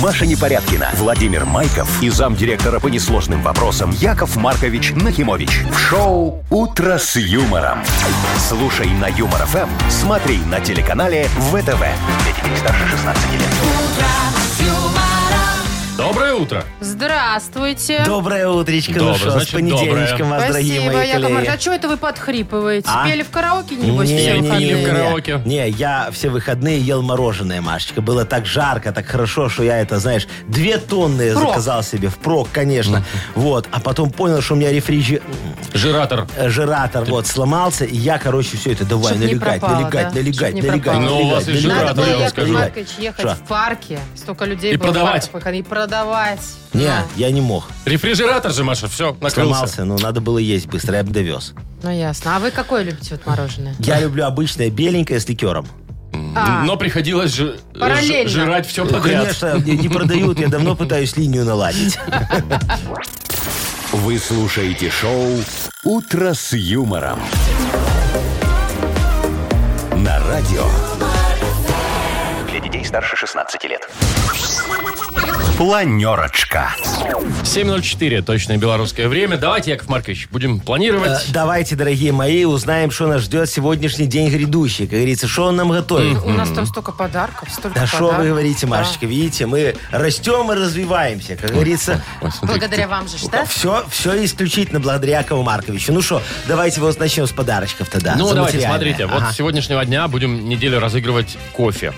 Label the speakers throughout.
Speaker 1: Маша Непорядкина, Владимир Майков и замдиректора по несложным вопросам Яков Маркович Нахимович. В шоу «Утро с юмором». Слушай на Юмор ФМ, смотри на телеканале ВТВ. Для детей старше 16 лет.
Speaker 2: Доброе утро.
Speaker 3: Здравствуйте.
Speaker 4: Доброе утречко,
Speaker 2: Доброе,
Speaker 4: ну что,
Speaker 2: значит,
Speaker 4: с понедельничком
Speaker 2: доброе.
Speaker 4: вас, дорогие
Speaker 3: Спасибо,
Speaker 4: мои
Speaker 3: Яков Маркович.
Speaker 4: коллеги.
Speaker 3: А что это вы подхрипываете?
Speaker 4: А?
Speaker 3: Пели в караоке, небось,
Speaker 4: Не,
Speaker 3: все
Speaker 4: не, не,
Speaker 3: выходные?
Speaker 4: не,
Speaker 2: в караоке.
Speaker 4: Не, я все выходные ел мороженое, Машечка. Было так жарко, так хорошо, что я это, знаешь, две тонны
Speaker 3: Впрок.
Speaker 4: заказал себе. Впрок, конечно. Вот. А потом понял, что у меня рефрижи... э,
Speaker 2: Жиратор.
Speaker 4: Жиратор вот сломался, и я, короче, все это давай
Speaker 3: Чтоб не
Speaker 4: налегать,
Speaker 3: пропало,
Speaker 4: налегать,
Speaker 3: да? Чтоб
Speaker 4: налегать,
Speaker 3: не
Speaker 4: налегать,
Speaker 3: пропало.
Speaker 2: Ну, у
Speaker 4: налегать,
Speaker 2: вас и
Speaker 4: налегать,
Speaker 2: жиратор,
Speaker 3: Надо было,
Speaker 2: я вам
Speaker 3: Яков
Speaker 4: налегать,
Speaker 2: скажу.
Speaker 4: налегать.
Speaker 3: Маркович, ехать
Speaker 4: Шо?
Speaker 3: в парке. Столько людей
Speaker 2: И
Speaker 3: было в
Speaker 2: продавать.
Speaker 3: парках, и продавать. Ну,
Speaker 4: Не,
Speaker 3: Да.
Speaker 4: я не мог.
Speaker 2: Рефрижератор же, Маша, все, накрылся.
Speaker 4: Сломался, но надо было есть быстро, я бы довез.
Speaker 3: Ну, ясно. А вы какое любите вот мороженое?
Speaker 4: Я люблю обычное беленькое с ликером.
Speaker 3: А,
Speaker 2: Но приходилось же
Speaker 3: Параллельно.
Speaker 2: жрать все
Speaker 4: Ну,
Speaker 2: подряд.
Speaker 4: Конечно, мне не продают, я давно пытаюсь линию наладить.
Speaker 1: Вы слушаете шоу «Утро с юмором». На радио. Для детей старше 16 лет. Планерочка.
Speaker 2: 7.04, точное белорусское время. Давайте, Яков Маркович, будем планировать.
Speaker 4: Э, Давайте, дорогие мои, узнаем, что нас ждет сегодняшний день грядущий. Как говорится, что он нам готовит.
Speaker 3: у нас там столько подарков, столько
Speaker 4: Да что
Speaker 3: подарков.
Speaker 4: вы говорите,
Speaker 3: Да.
Speaker 4: Машечка, видите, мы растем и развиваемся, как говорится.
Speaker 2: Ой, смотри,
Speaker 3: Благодаря вам же, что?
Speaker 4: Все, все исключительно благодаря Якову Марковичу. Ну что, давайте вот начнем с подарочков тогда.
Speaker 2: Ну,
Speaker 4: за
Speaker 2: давайте,
Speaker 4: материальное.
Speaker 2: смотрите.
Speaker 4: Ага.
Speaker 2: Вот с сегодняшнего дня будем неделю разыгрывать кофе.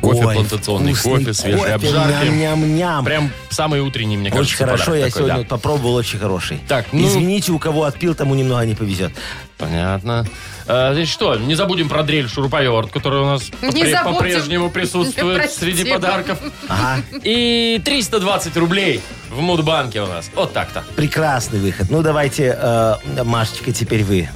Speaker 2: Кофе
Speaker 4: Ой,
Speaker 2: плантационный,
Speaker 4: вкусный
Speaker 2: кофе, свежие
Speaker 4: кофе,
Speaker 2: обжарки.
Speaker 4: Ням-ням-ням.
Speaker 2: Прям самый утренний, мне
Speaker 4: Очень
Speaker 2: кажется,
Speaker 4: хорошо,
Speaker 2: подарок
Speaker 4: я
Speaker 2: такой,
Speaker 4: сегодня
Speaker 2: да.
Speaker 4: вот попробовал, очень хороший.
Speaker 2: Так, ну-
Speaker 4: Извините, у кого отпил, тому немного не повезет.
Speaker 2: Понятно. Э, Значит, что, не забудем про дрель шуруповерт, который у нас
Speaker 3: Не
Speaker 2: попре-
Speaker 3: забудем.
Speaker 2: по-прежнему присутствует
Speaker 3: Прости.
Speaker 2: среди подарков.
Speaker 4: Ага.
Speaker 2: И 320 рублей в Мудбанке у нас. Вот так-то.
Speaker 4: Прекрасный выход. Ну, давайте, э, Машечка, теперь вы.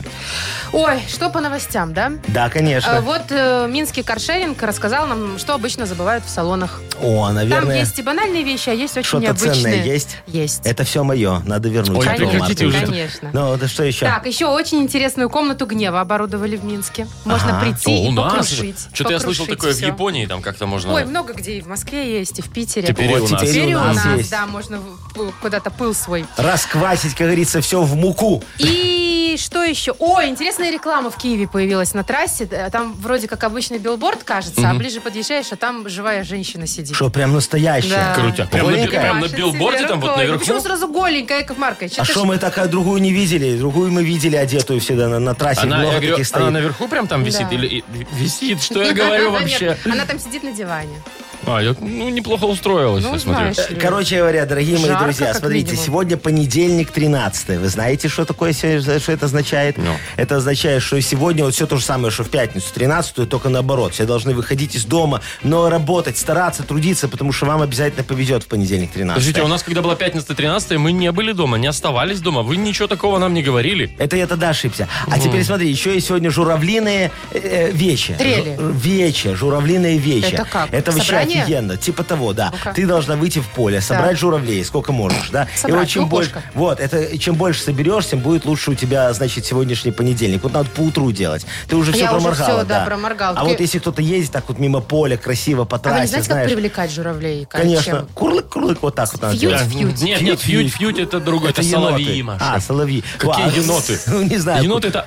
Speaker 3: Ой, что по новостям, да?
Speaker 4: Да, конечно.
Speaker 3: Э, Вот э, Минский каршеринг рассказал нам, что обычно забывают в салонах.
Speaker 4: О, наверное,
Speaker 3: Там есть и банальные вещи, а есть очень
Speaker 4: что-то
Speaker 3: необычные.
Speaker 4: ценное есть?
Speaker 3: Есть.
Speaker 4: Это все мое. Надо вернуть.
Speaker 2: Ой,
Speaker 4: Якова
Speaker 3: Конечно,
Speaker 2: прекратите уже.
Speaker 4: Марковича.
Speaker 3: Конечно.
Speaker 4: Ну, да что еще?
Speaker 3: Так, еще очень интересную комнату гнева оборудовали в Минске. Можно
Speaker 4: Ага.
Speaker 3: прийти
Speaker 2: О,
Speaker 3: и
Speaker 2: у нас же.
Speaker 3: покрушить.
Speaker 2: Что-то я слышал
Speaker 3: покрушить
Speaker 2: такое в
Speaker 3: всё.
Speaker 2: Японии, там как-то можно...
Speaker 3: Ой, много где и в Москве есть, и в Питере.
Speaker 2: Теперь и у
Speaker 4: вот
Speaker 2: нас.
Speaker 4: теперь
Speaker 3: Теперь
Speaker 4: и
Speaker 3: у нас,
Speaker 4: есть.
Speaker 3: да, можно в- в- куда-то пыл свой.
Speaker 4: Расквасить, как говорится, все в муку.
Speaker 3: И что еще? О, интересная реклама в Киеве появилась на трассе. Э, Там вроде как обычный билборд, кажется, а ближе подъезжаешь, а там живая женщина сидит.
Speaker 4: Что прям настоящее.
Speaker 3: Да.
Speaker 2: Крутяк. Прям на,
Speaker 4: Голенькая.
Speaker 2: прям на
Speaker 3: Машет
Speaker 2: билборде
Speaker 3: себе
Speaker 2: там вот
Speaker 3: рукой.
Speaker 2: наверху.
Speaker 3: Почему сразу голенькая, Яков Маркович?
Speaker 4: А
Speaker 3: Это
Speaker 4: что
Speaker 3: ж-
Speaker 4: мы такая другую не видели? Другую мы видели одетую всегда на, на трассе.
Speaker 2: Она,
Speaker 4: Много
Speaker 2: я говорю,
Speaker 4: таких
Speaker 2: она
Speaker 4: стоит.
Speaker 2: наверху прям там висит?
Speaker 3: Да.
Speaker 2: Или и- висит? Что я говорю
Speaker 3: Нет,
Speaker 2: вообще?
Speaker 3: Она там сидит на диване.
Speaker 2: А, я, ну, неплохо устроилась,
Speaker 3: Ну,
Speaker 2: я смотрю.
Speaker 3: знаешь
Speaker 4: Э,
Speaker 3: ли.
Speaker 4: Короче говоря, дорогие мои
Speaker 3: Жарко,
Speaker 4: друзья,
Speaker 3: как
Speaker 4: смотрите,
Speaker 3: минимум.
Speaker 4: сегодня понедельник 13 Вы знаете, что такое сегодня, что это означает?
Speaker 2: Ну.
Speaker 4: Это означает, что сегодня вот все то же самое, что в пятницу 13 только наоборот. Все должны выходить из дома, но работать, стараться, трудиться, потому что вам обязательно повезет в понедельник 13
Speaker 2: Подождите, а у нас, когда была пятница 13 мы не были дома, не оставались дома. Вы ничего такого нам не говорили.
Speaker 4: Это я тогда ошибся. А теперь смотри, еще есть сегодня журавлиные э, э, вещи.
Speaker 3: Трели.
Speaker 4: Жу- вечи, журавлиные вещи.
Speaker 3: Это как?
Speaker 4: Это вообще
Speaker 3: Собрание?
Speaker 4: офигенно. Типа того, да.
Speaker 3: Ну-ка.
Speaker 4: Ты должна выйти в поле, собрать журавлей, сколько можешь, да.
Speaker 3: Собрать,
Speaker 4: вот чем
Speaker 3: ну,
Speaker 4: больше,
Speaker 3: кошка.
Speaker 4: вот, это чем больше соберешь, тем будет лучше у тебя, значит, сегодняшний понедельник. Вот надо по утру делать. Ты уже все
Speaker 3: Я уже
Speaker 4: проморгала,
Speaker 3: всё, да, проморгала.
Speaker 4: А
Speaker 3: Ты-
Speaker 4: вот если кто-то ездит так вот мимо поля, красиво по
Speaker 3: А
Speaker 4: трассе,
Speaker 3: вы не знаете, как
Speaker 4: знаешь,
Speaker 3: привлекать журавлей? Как-
Speaker 4: Конечно,
Speaker 3: чем?
Speaker 4: курлык, курлык, вот так вот надо
Speaker 3: Фьють,
Speaker 4: делать.
Speaker 3: Да. фьють.
Speaker 2: Нет, нет, фьють, фьють это другой, это,
Speaker 4: еноты.
Speaker 2: соловьи, Маша.
Speaker 4: А, соловьи.
Speaker 2: Какие
Speaker 4: Ва,
Speaker 2: еноты?
Speaker 4: Ну, не знаю.
Speaker 2: Еноты это...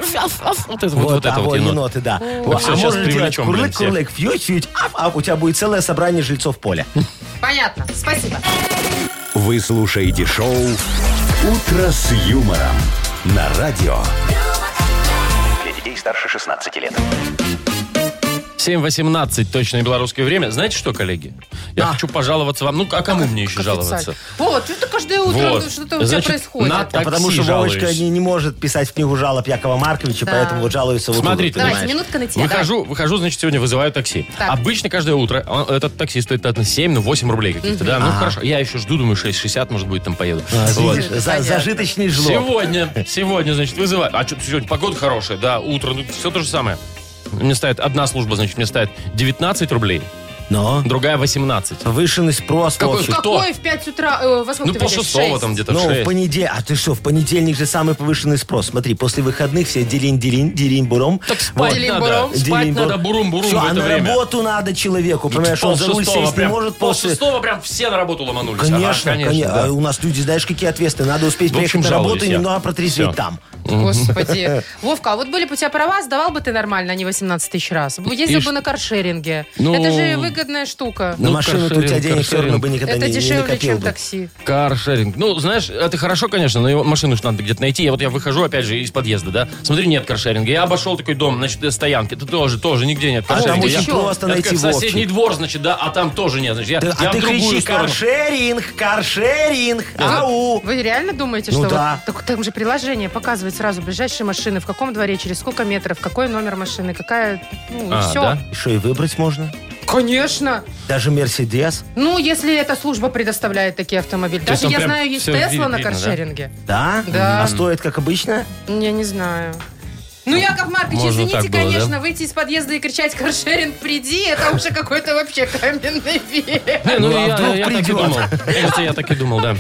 Speaker 2: Вот это вот, вот
Speaker 4: а,
Speaker 2: это вот енот.
Speaker 4: еноты, да. Во,
Speaker 2: всё,
Speaker 4: а
Speaker 2: щас
Speaker 4: можно делать
Speaker 2: привлечем, блин,
Speaker 4: курлык,
Speaker 2: всех.
Speaker 4: курлык, фьють, фьють, аф, а у тебя будет целое собрание жильцов поля.
Speaker 3: Понятно. Спасибо.
Speaker 1: Вы слушаете шоу «Утро с юмором» на радио. Для детей старше 16 лет.
Speaker 2: 7.18, точное белорусское время. Знаете что, коллеги? Я
Speaker 4: А.
Speaker 2: хочу пожаловаться вам. Ну, а кому мне еще
Speaker 3: Как
Speaker 2: жаловаться?
Speaker 3: официально. Вот, что-то каждое утро ну,
Speaker 2: Вот.
Speaker 3: что-то у тебя
Speaker 2: Значит,
Speaker 3: происходит.
Speaker 2: на
Speaker 4: А
Speaker 2: Такси
Speaker 4: потому что Вовочка
Speaker 2: жалуюсь.
Speaker 4: не, не может писать в книгу жалоб Якова Марковича,
Speaker 3: Да.
Speaker 4: поэтому вот жалуется вот
Speaker 2: Смотрите,
Speaker 4: тут, вот,
Speaker 3: Давайте,
Speaker 4: понимаешь?
Speaker 3: минутка на тебя.
Speaker 2: Выхожу, выхожу, значит, сегодня вызываю такси.
Speaker 3: Так.
Speaker 2: Обычно каждое утро он- этот такси стоит там 7, ну 8 рублей каких-то, да? Ну хорошо, я еще жду, думаю, 6,60, может быть, там поеду.
Speaker 4: А,
Speaker 2: Вот.
Speaker 4: видишь, за- зажиточный жлоб.
Speaker 2: Сегодня, сегодня, значит, вызываю. А что, сегодня погода хорошая, да, утро, ну все то же самое. Мне ставит, одна служба, значит, мне ставит 19 рублей,
Speaker 4: Но
Speaker 2: другая 18.
Speaker 4: повышенный спрос.
Speaker 2: Какой
Speaker 4: Вовчик.
Speaker 2: Кто?
Speaker 3: Какой в 5 утра? э, во сколько
Speaker 2: Ну,
Speaker 3: ты
Speaker 2: пол
Speaker 3: выйдешь? В
Speaker 2: шестого
Speaker 3: шесть?
Speaker 2: там где-то в
Speaker 4: Ну, в
Speaker 2: шесть.
Speaker 4: понедельник, а ты что, в понедельник же самый повышенный спрос. Смотри, после выходных все дерень-дерень, дерень-буром.
Speaker 2: Так спать
Speaker 3: Вот.
Speaker 2: надо.
Speaker 3: Делим-бурум.
Speaker 2: Спать надо бурум-бурум
Speaker 4: Все,
Speaker 2: в
Speaker 4: а
Speaker 2: это
Speaker 4: на
Speaker 2: время.
Speaker 4: работу надо человеку, понимаешь, он за руль
Speaker 2: Полшестого
Speaker 4: сесть
Speaker 2: прям-
Speaker 4: не может после...
Speaker 2: полшестого прям все на работу ломанулись. Ага,
Speaker 4: Конечно, конечно.
Speaker 2: да.
Speaker 4: А У нас люди, знаешь, какие ответственные. Надо успеть
Speaker 2: В общем,
Speaker 4: приехать на работу
Speaker 2: жалуюсь
Speaker 4: и
Speaker 2: я.
Speaker 4: немного а протрезветь
Speaker 2: Всё.
Speaker 4: там.
Speaker 3: Господи. Вовка, а вот были бы у тебя права, сдавал бы ты нормально, а не 18 тысяч раз. Ездил
Speaker 2: И
Speaker 3: бы
Speaker 2: ш-
Speaker 3: на каршеринге.
Speaker 2: Ну,
Speaker 3: Это же выгодная штука.
Speaker 4: На
Speaker 2: Ну,
Speaker 4: машину ты у тебя
Speaker 2: каршеринг,
Speaker 4: денег все равно бы никогда
Speaker 3: Это
Speaker 4: не, не
Speaker 3: дешевле,
Speaker 4: накопил
Speaker 3: чем
Speaker 4: бы.
Speaker 3: такси.
Speaker 2: Каршеринг. Ну, знаешь, это хорошо, конечно, но его машину же надо где-то найти. Я вот я выхожу, опять же, из подъезда, да. Смотри, нет каршеринга. Я обошел такой дом, значит, э, стоянки. Это тоже, тоже нигде нет
Speaker 4: А
Speaker 2: каршеринга.
Speaker 4: там
Speaker 2: Я-
Speaker 4: очень
Speaker 3: еще.
Speaker 4: просто
Speaker 2: Это
Speaker 4: найти
Speaker 2: как соседний
Speaker 4: Вовчик.
Speaker 2: двор, значит, да, а там тоже нет. Значит, я,
Speaker 4: Ты-
Speaker 2: я
Speaker 4: А ты
Speaker 2: в другую
Speaker 4: кричи,
Speaker 2: сторону.
Speaker 4: каршеринг, каршеринг, ау.
Speaker 3: Вы реально думаете,
Speaker 4: Ну
Speaker 3: что
Speaker 4: да.
Speaker 3: вот так- там же приложение показывает сразу ближайшие машины, в каком дворе, через сколько метров, какой номер машины, какая, ну,
Speaker 2: А,
Speaker 3: все.
Speaker 2: да?
Speaker 4: Что, и выбрать можно?
Speaker 3: Конечно.
Speaker 4: Даже Мерседес?
Speaker 3: Ну, если эта служба предоставляет такие автомобили.
Speaker 2: То есть
Speaker 3: Даже
Speaker 2: там
Speaker 3: я
Speaker 2: прям
Speaker 3: знаю, есть
Speaker 2: всё ви-
Speaker 3: Тесла
Speaker 2: видно,
Speaker 3: на
Speaker 2: да?
Speaker 3: каршеринге.
Speaker 4: Да?
Speaker 3: Да.
Speaker 4: А стоит, как обычно?
Speaker 3: Я не знаю. Ну, Яков Маркович,
Speaker 2: Можно
Speaker 3: извините,
Speaker 2: так было, да?
Speaker 3: конечно, выйти из подъезда и кричать «Каршеринг, приди!» Это уже какой-то вообще каменный век.
Speaker 2: Не, ну,
Speaker 4: Ну, а
Speaker 2: я,
Speaker 4: вдруг
Speaker 2: я так и
Speaker 4: придет?
Speaker 2: думал. Кажется, я так и думал, да.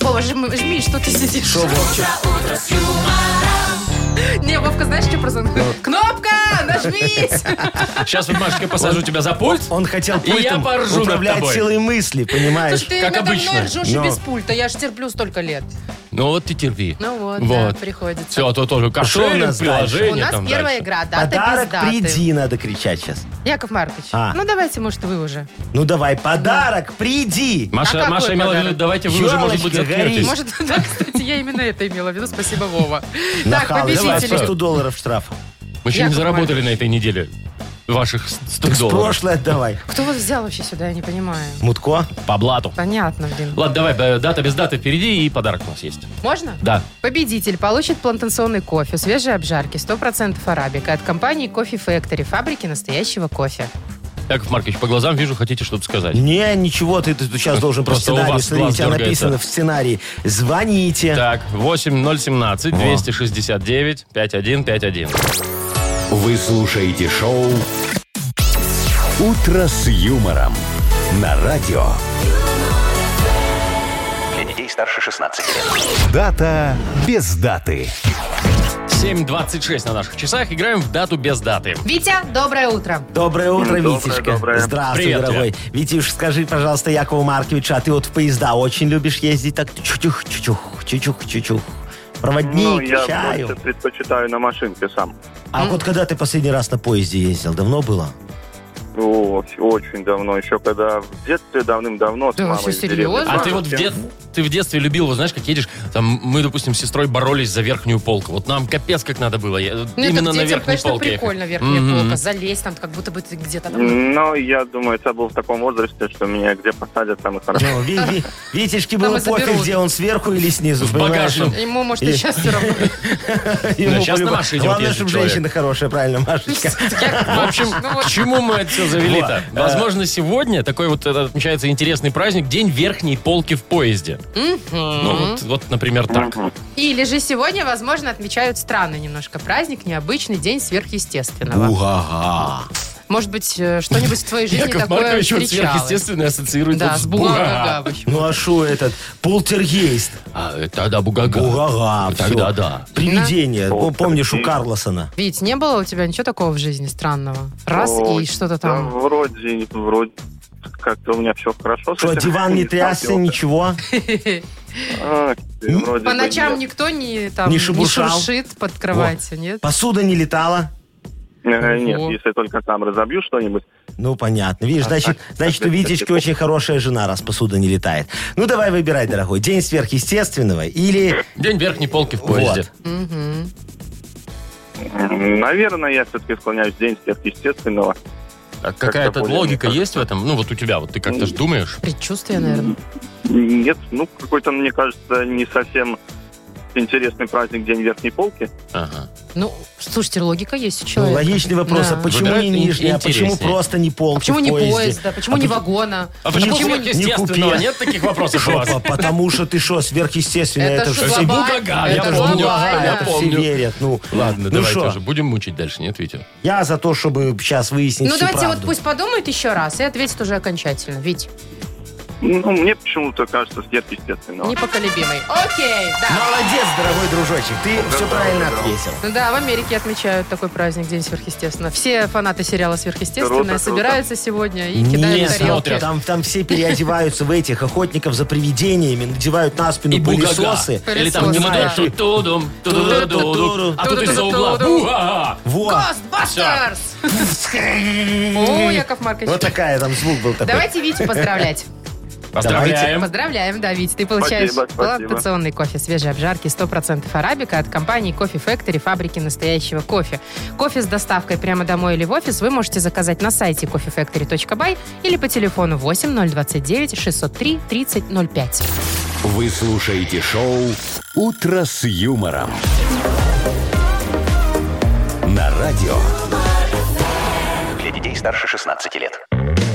Speaker 3: Вова, жми, жми, что ты сидишь? Не, Вовка, знаешь, что просто?
Speaker 2: Ну.
Speaker 3: Кнопка, нажмись!
Speaker 2: Сейчас вот, Машка, посажу тебя за пульт.
Speaker 4: Он хотел
Speaker 2: И я
Speaker 4: пультом
Speaker 2: поржу над
Speaker 4: управлять
Speaker 2: тобой.
Speaker 4: силой мысли, понимаешь?
Speaker 3: Слушай, ты
Speaker 2: как
Speaker 3: надо мной
Speaker 2: обычно.
Speaker 3: ржешь и
Speaker 4: Но.
Speaker 3: без пульта. Я ж терплю столько лет.
Speaker 2: Ну вот ты терпи.
Speaker 3: Ну вот, да, приходится.
Speaker 2: Все, а то тоже каршеринг,
Speaker 4: нас дальше?
Speaker 2: приложение
Speaker 3: У нас
Speaker 2: там
Speaker 3: первая
Speaker 2: дальше.
Speaker 3: игра, дата без
Speaker 4: Подарок
Speaker 3: даты.
Speaker 4: приди, надо кричать сейчас.
Speaker 3: Яков Маркович,
Speaker 4: А.
Speaker 3: ну давайте, может, вы уже.
Speaker 4: Ну давай, подарок приди.
Speaker 2: Маша,
Speaker 3: А какой
Speaker 2: Маша имела в виду,
Speaker 3: подарок?
Speaker 2: давайте вы уже, может
Speaker 4: Ёлочка
Speaker 2: быть, заткнетесь.
Speaker 4: горит.
Speaker 3: Может, да, кстати, я именно это имела в виду. Спасибо, Вова. Так,
Speaker 4: Нахал, давай
Speaker 2: победители.
Speaker 4: по
Speaker 2: что?
Speaker 4: 100
Speaker 3: победители.
Speaker 4: долларов штраф.
Speaker 2: Мы еще не
Speaker 3: Яков
Speaker 2: заработали на этой неделе ваших 100
Speaker 4: С
Speaker 2: долларов.
Speaker 4: прошлой отдавай.
Speaker 3: Кто вас взял вообще сюда, я не понимаю.
Speaker 4: Мутко?
Speaker 2: По блату.
Speaker 3: Понятно, блин.
Speaker 2: Ладно, давай, э, дата без даты впереди, и подарок у нас есть.
Speaker 3: Можно?
Speaker 2: Да.
Speaker 3: Победитель получит плантационный кофе, свежие обжарки, 100% арабика от компании Coffee Factory, фабрики настоящего кофе.
Speaker 2: Яков Маркович, по глазам вижу, хотите что-то сказать.
Speaker 4: Не, ничего, ты, ты сейчас должен про
Speaker 2: Просто у
Speaker 4: сценарий.
Speaker 2: вас
Speaker 4: Смотри, у
Speaker 2: глаз
Speaker 4: тебя
Speaker 2: дергается.
Speaker 4: написано в сценарии. Звоните.
Speaker 2: Так, 8017 269 5151.
Speaker 1: Вы слушаете шоу «Утро с юмором» на радио. Для детей старше 16 лет. Дата без даты.
Speaker 2: 7.26 на наших часах. Играем в дату без даты.
Speaker 3: Витя, доброе утро.
Speaker 4: Доброе утро,
Speaker 5: Доброе,
Speaker 4: Витюшка.
Speaker 5: доброе.
Speaker 4: Здравствуй,
Speaker 2: Привет,
Speaker 4: дорогой. Витюш, скажи, пожалуйста, Якову Марковичу, а ты вот в поезда очень любишь ездить так чучух, чучух, чучух, чучух.
Speaker 5: Ну,
Speaker 4: Проводник,
Speaker 5: я
Speaker 4: чаю.
Speaker 5: больше предпочитаю на машинке сам.
Speaker 4: А вот когда ты последний раз на поезде ездил? Давно было?
Speaker 5: О, очень давно, еще когда в детстве давным-давно с
Speaker 3: Да вы
Speaker 5: мамой
Speaker 3: что,
Speaker 5: в деревне
Speaker 3: серьезно?
Speaker 2: А
Speaker 5: жил,
Speaker 2: ты вот в,
Speaker 5: всем-
Speaker 2: дет- ты в детстве любил, вот знаешь, как едешь, там мы, допустим, с сестрой боролись за верхнюю полку. Вот нам капец как надо было. я-
Speaker 3: Ну, это
Speaker 2: именно
Speaker 3: к
Speaker 2: на
Speaker 3: детям,
Speaker 2: верхней
Speaker 3: конечно,
Speaker 2: полке. ехать.
Speaker 3: прикольно, верхняя
Speaker 2: Мгм.
Speaker 3: полка. Залезть там, как будто бы ты где-то там.
Speaker 5: Ну, я думаю, я был в таком возрасте, что меня где посадят, там и хорошо.
Speaker 4: Ну, Ви- Ви- Витюшке было
Speaker 3: и заберут.
Speaker 4: пофиг, где он сверху или снизу.
Speaker 2: В
Speaker 4: понимаешь?
Speaker 2: багажном.
Speaker 3: Ему, может, и
Speaker 4: И-
Speaker 3: сейчас все равно.
Speaker 4: Ему
Speaker 2: Ну, сейчас на
Speaker 4: по-любому.
Speaker 2: машине вот
Speaker 4: Главное,
Speaker 2: ездит
Speaker 4: чтобы
Speaker 2: человек.
Speaker 4: женщина хорошая, правильно, Машечка.
Speaker 2: В общем,
Speaker 3: Ну вот.
Speaker 2: к чему мы это все завели-то?
Speaker 4: Вот.
Speaker 2: Возможно, сегодня такой вот э, отмечается интересный праздник День верхней полки в поезде. Ну, вот, вот, например, так.
Speaker 3: Или же сегодня, возможно, отмечают странный немножко праздник, необычный день сверхъестественного.
Speaker 4: Уга-га.
Speaker 3: Может быть, э, что-нибудь в твоей жизни
Speaker 2: Яков
Speaker 3: такое
Speaker 2: Маркович вот
Speaker 3: встречалось.
Speaker 2: сверхъестественно ассоциирует
Speaker 3: Да,
Speaker 2: вот
Speaker 3: с
Speaker 2: с бугага.
Speaker 3: Бугагагабыч.
Speaker 4: Ну а шо этот? Полтергейст.
Speaker 2: А, э, тогда бугага.
Speaker 4: Уга-га. всё.
Speaker 2: Тогда да.
Speaker 4: Привидение. Ну, Помнишь, у
Speaker 5: Полтергейст.
Speaker 4: Карлосона?
Speaker 3: Вить, не было у тебя ничего такого в жизни странного? Раз
Speaker 5: Ой,
Speaker 3: и что-то
Speaker 5: Да,
Speaker 3: там.
Speaker 5: вроде, вроде. Как-то у меня все хорошо. с
Speaker 4: Что,
Speaker 5: этим.
Speaker 4: диван не трясся,
Speaker 5: сталкивался.
Speaker 4: ничего?
Speaker 5: А, вроде
Speaker 3: По
Speaker 5: бы
Speaker 3: ночам
Speaker 5: нет.
Speaker 3: никто не, там,
Speaker 4: Не
Speaker 3: не,
Speaker 4: шебуршал?
Speaker 3: шуршит под кроватью, нет?
Speaker 4: Посуда не летала?
Speaker 5: Э, Нет,
Speaker 3: Ого.
Speaker 5: если только там разобью что-нибудь.
Speaker 4: Ну, понятно. Видишь, значит,
Speaker 5: А так,
Speaker 4: значит у
Speaker 5: так,
Speaker 4: Витечки
Speaker 5: так,
Speaker 4: очень хорошая жена, раз посуда не летает. Ну, давай выбирай, дорогой. День сверхъестественного или...
Speaker 2: День верхней полки в поезде.
Speaker 4: Вот.
Speaker 3: Мгм.
Speaker 5: М, Наверное, я все-таки склоняюсь в день естественного.
Speaker 2: А какая-то
Speaker 5: более
Speaker 2: логика
Speaker 5: никак.
Speaker 2: есть в этом? Ну, вот у тебя, вот ты как-то ж думаешь.
Speaker 3: Предчувствие, наверное.
Speaker 5: Нет, ну, какой-то, мне кажется, не совсем интересный праздник День Верхней Полки.
Speaker 2: Ага.
Speaker 3: Ну, слушайте, логика есть у
Speaker 4: Ну,
Speaker 3: человека.
Speaker 4: логичный вопрос.
Speaker 3: Да.
Speaker 4: А почему
Speaker 2: Выбирают
Speaker 4: не нижний, а почему
Speaker 2: интереснее.
Speaker 4: просто не
Speaker 3: А
Speaker 4: полки
Speaker 3: почему
Speaker 4: в
Speaker 3: не
Speaker 4: поезде?
Speaker 3: поезда? Почему не вагона?
Speaker 2: А почему
Speaker 4: Ничего
Speaker 2: сверхъестественного?
Speaker 4: не купи.
Speaker 2: Нет таких вопросов у вас?
Speaker 4: По- Потому что ты что, сверхъестественное, А, это,
Speaker 3: ж
Speaker 4: же все
Speaker 2: глобально.
Speaker 4: верят.
Speaker 2: Бугага,
Speaker 3: глобаль,
Speaker 2: я
Speaker 3: это
Speaker 2: помню.
Speaker 3: глобаль,
Speaker 2: Я
Speaker 3: да.
Speaker 4: все
Speaker 2: помню.
Speaker 4: верят. Ну,
Speaker 2: Ладно,
Speaker 4: ну
Speaker 2: давай
Speaker 4: шо,
Speaker 2: тоже. Будем мучить дальше, нет, Витя?
Speaker 4: Я за то, чтобы сейчас выяснить
Speaker 3: Ну,
Speaker 4: всю
Speaker 3: давайте вот
Speaker 4: правду.
Speaker 3: пусть подумает еще раз и ответит уже окончательно. Ведь
Speaker 5: Ну, мне почему-то кажется сверхъестественного.
Speaker 3: непоколебимый. Окей, да.
Speaker 4: Молодец, дорогой дружочек, ты все правильно ответил.
Speaker 3: Ну да, в Америке отмечают такой праздник День сверхъестественного. Все фанаты сериала «Сверхъестественное»
Speaker 5: Круто, круто.
Speaker 3: собираются сегодня и
Speaker 4: Не
Speaker 3: кидают тарелки.
Speaker 2: смотрят.
Speaker 4: Там, там все переодеваются в этих охотников за привидениями, надевают на спину
Speaker 2: И бугага.
Speaker 4: пылесосы.
Speaker 2: Или там
Speaker 4: Понимаешь,
Speaker 2: ту- ту-дум, ту-ду-ду-ду-ду. А тут из-за угла.
Speaker 3: Ту-ду-ду-ду-ду.
Speaker 2: Буа!
Speaker 4: Во!
Speaker 3: Ghostbusters! О, Яков Маркович.
Speaker 4: Вот такая там звук был такой.
Speaker 3: Давайте Витю поздравлять.
Speaker 2: Поздравляем.
Speaker 3: Поздравляем, да, Вить. Ты получаешь
Speaker 5: Спасибо, спасибо.
Speaker 3: коллаборационный кофе свежей обжарки 100% арабика от компании Coffee Factory, фабрики настоящего кофе. Кофе с доставкой прямо домой или в офис вы можете заказать на сайте coffeefactory.by или по телефону 8029 603 3005.
Speaker 1: Вы слушаете шоу «Утро с юмором». На радио.
Speaker 6: Для детей старше 16 лет.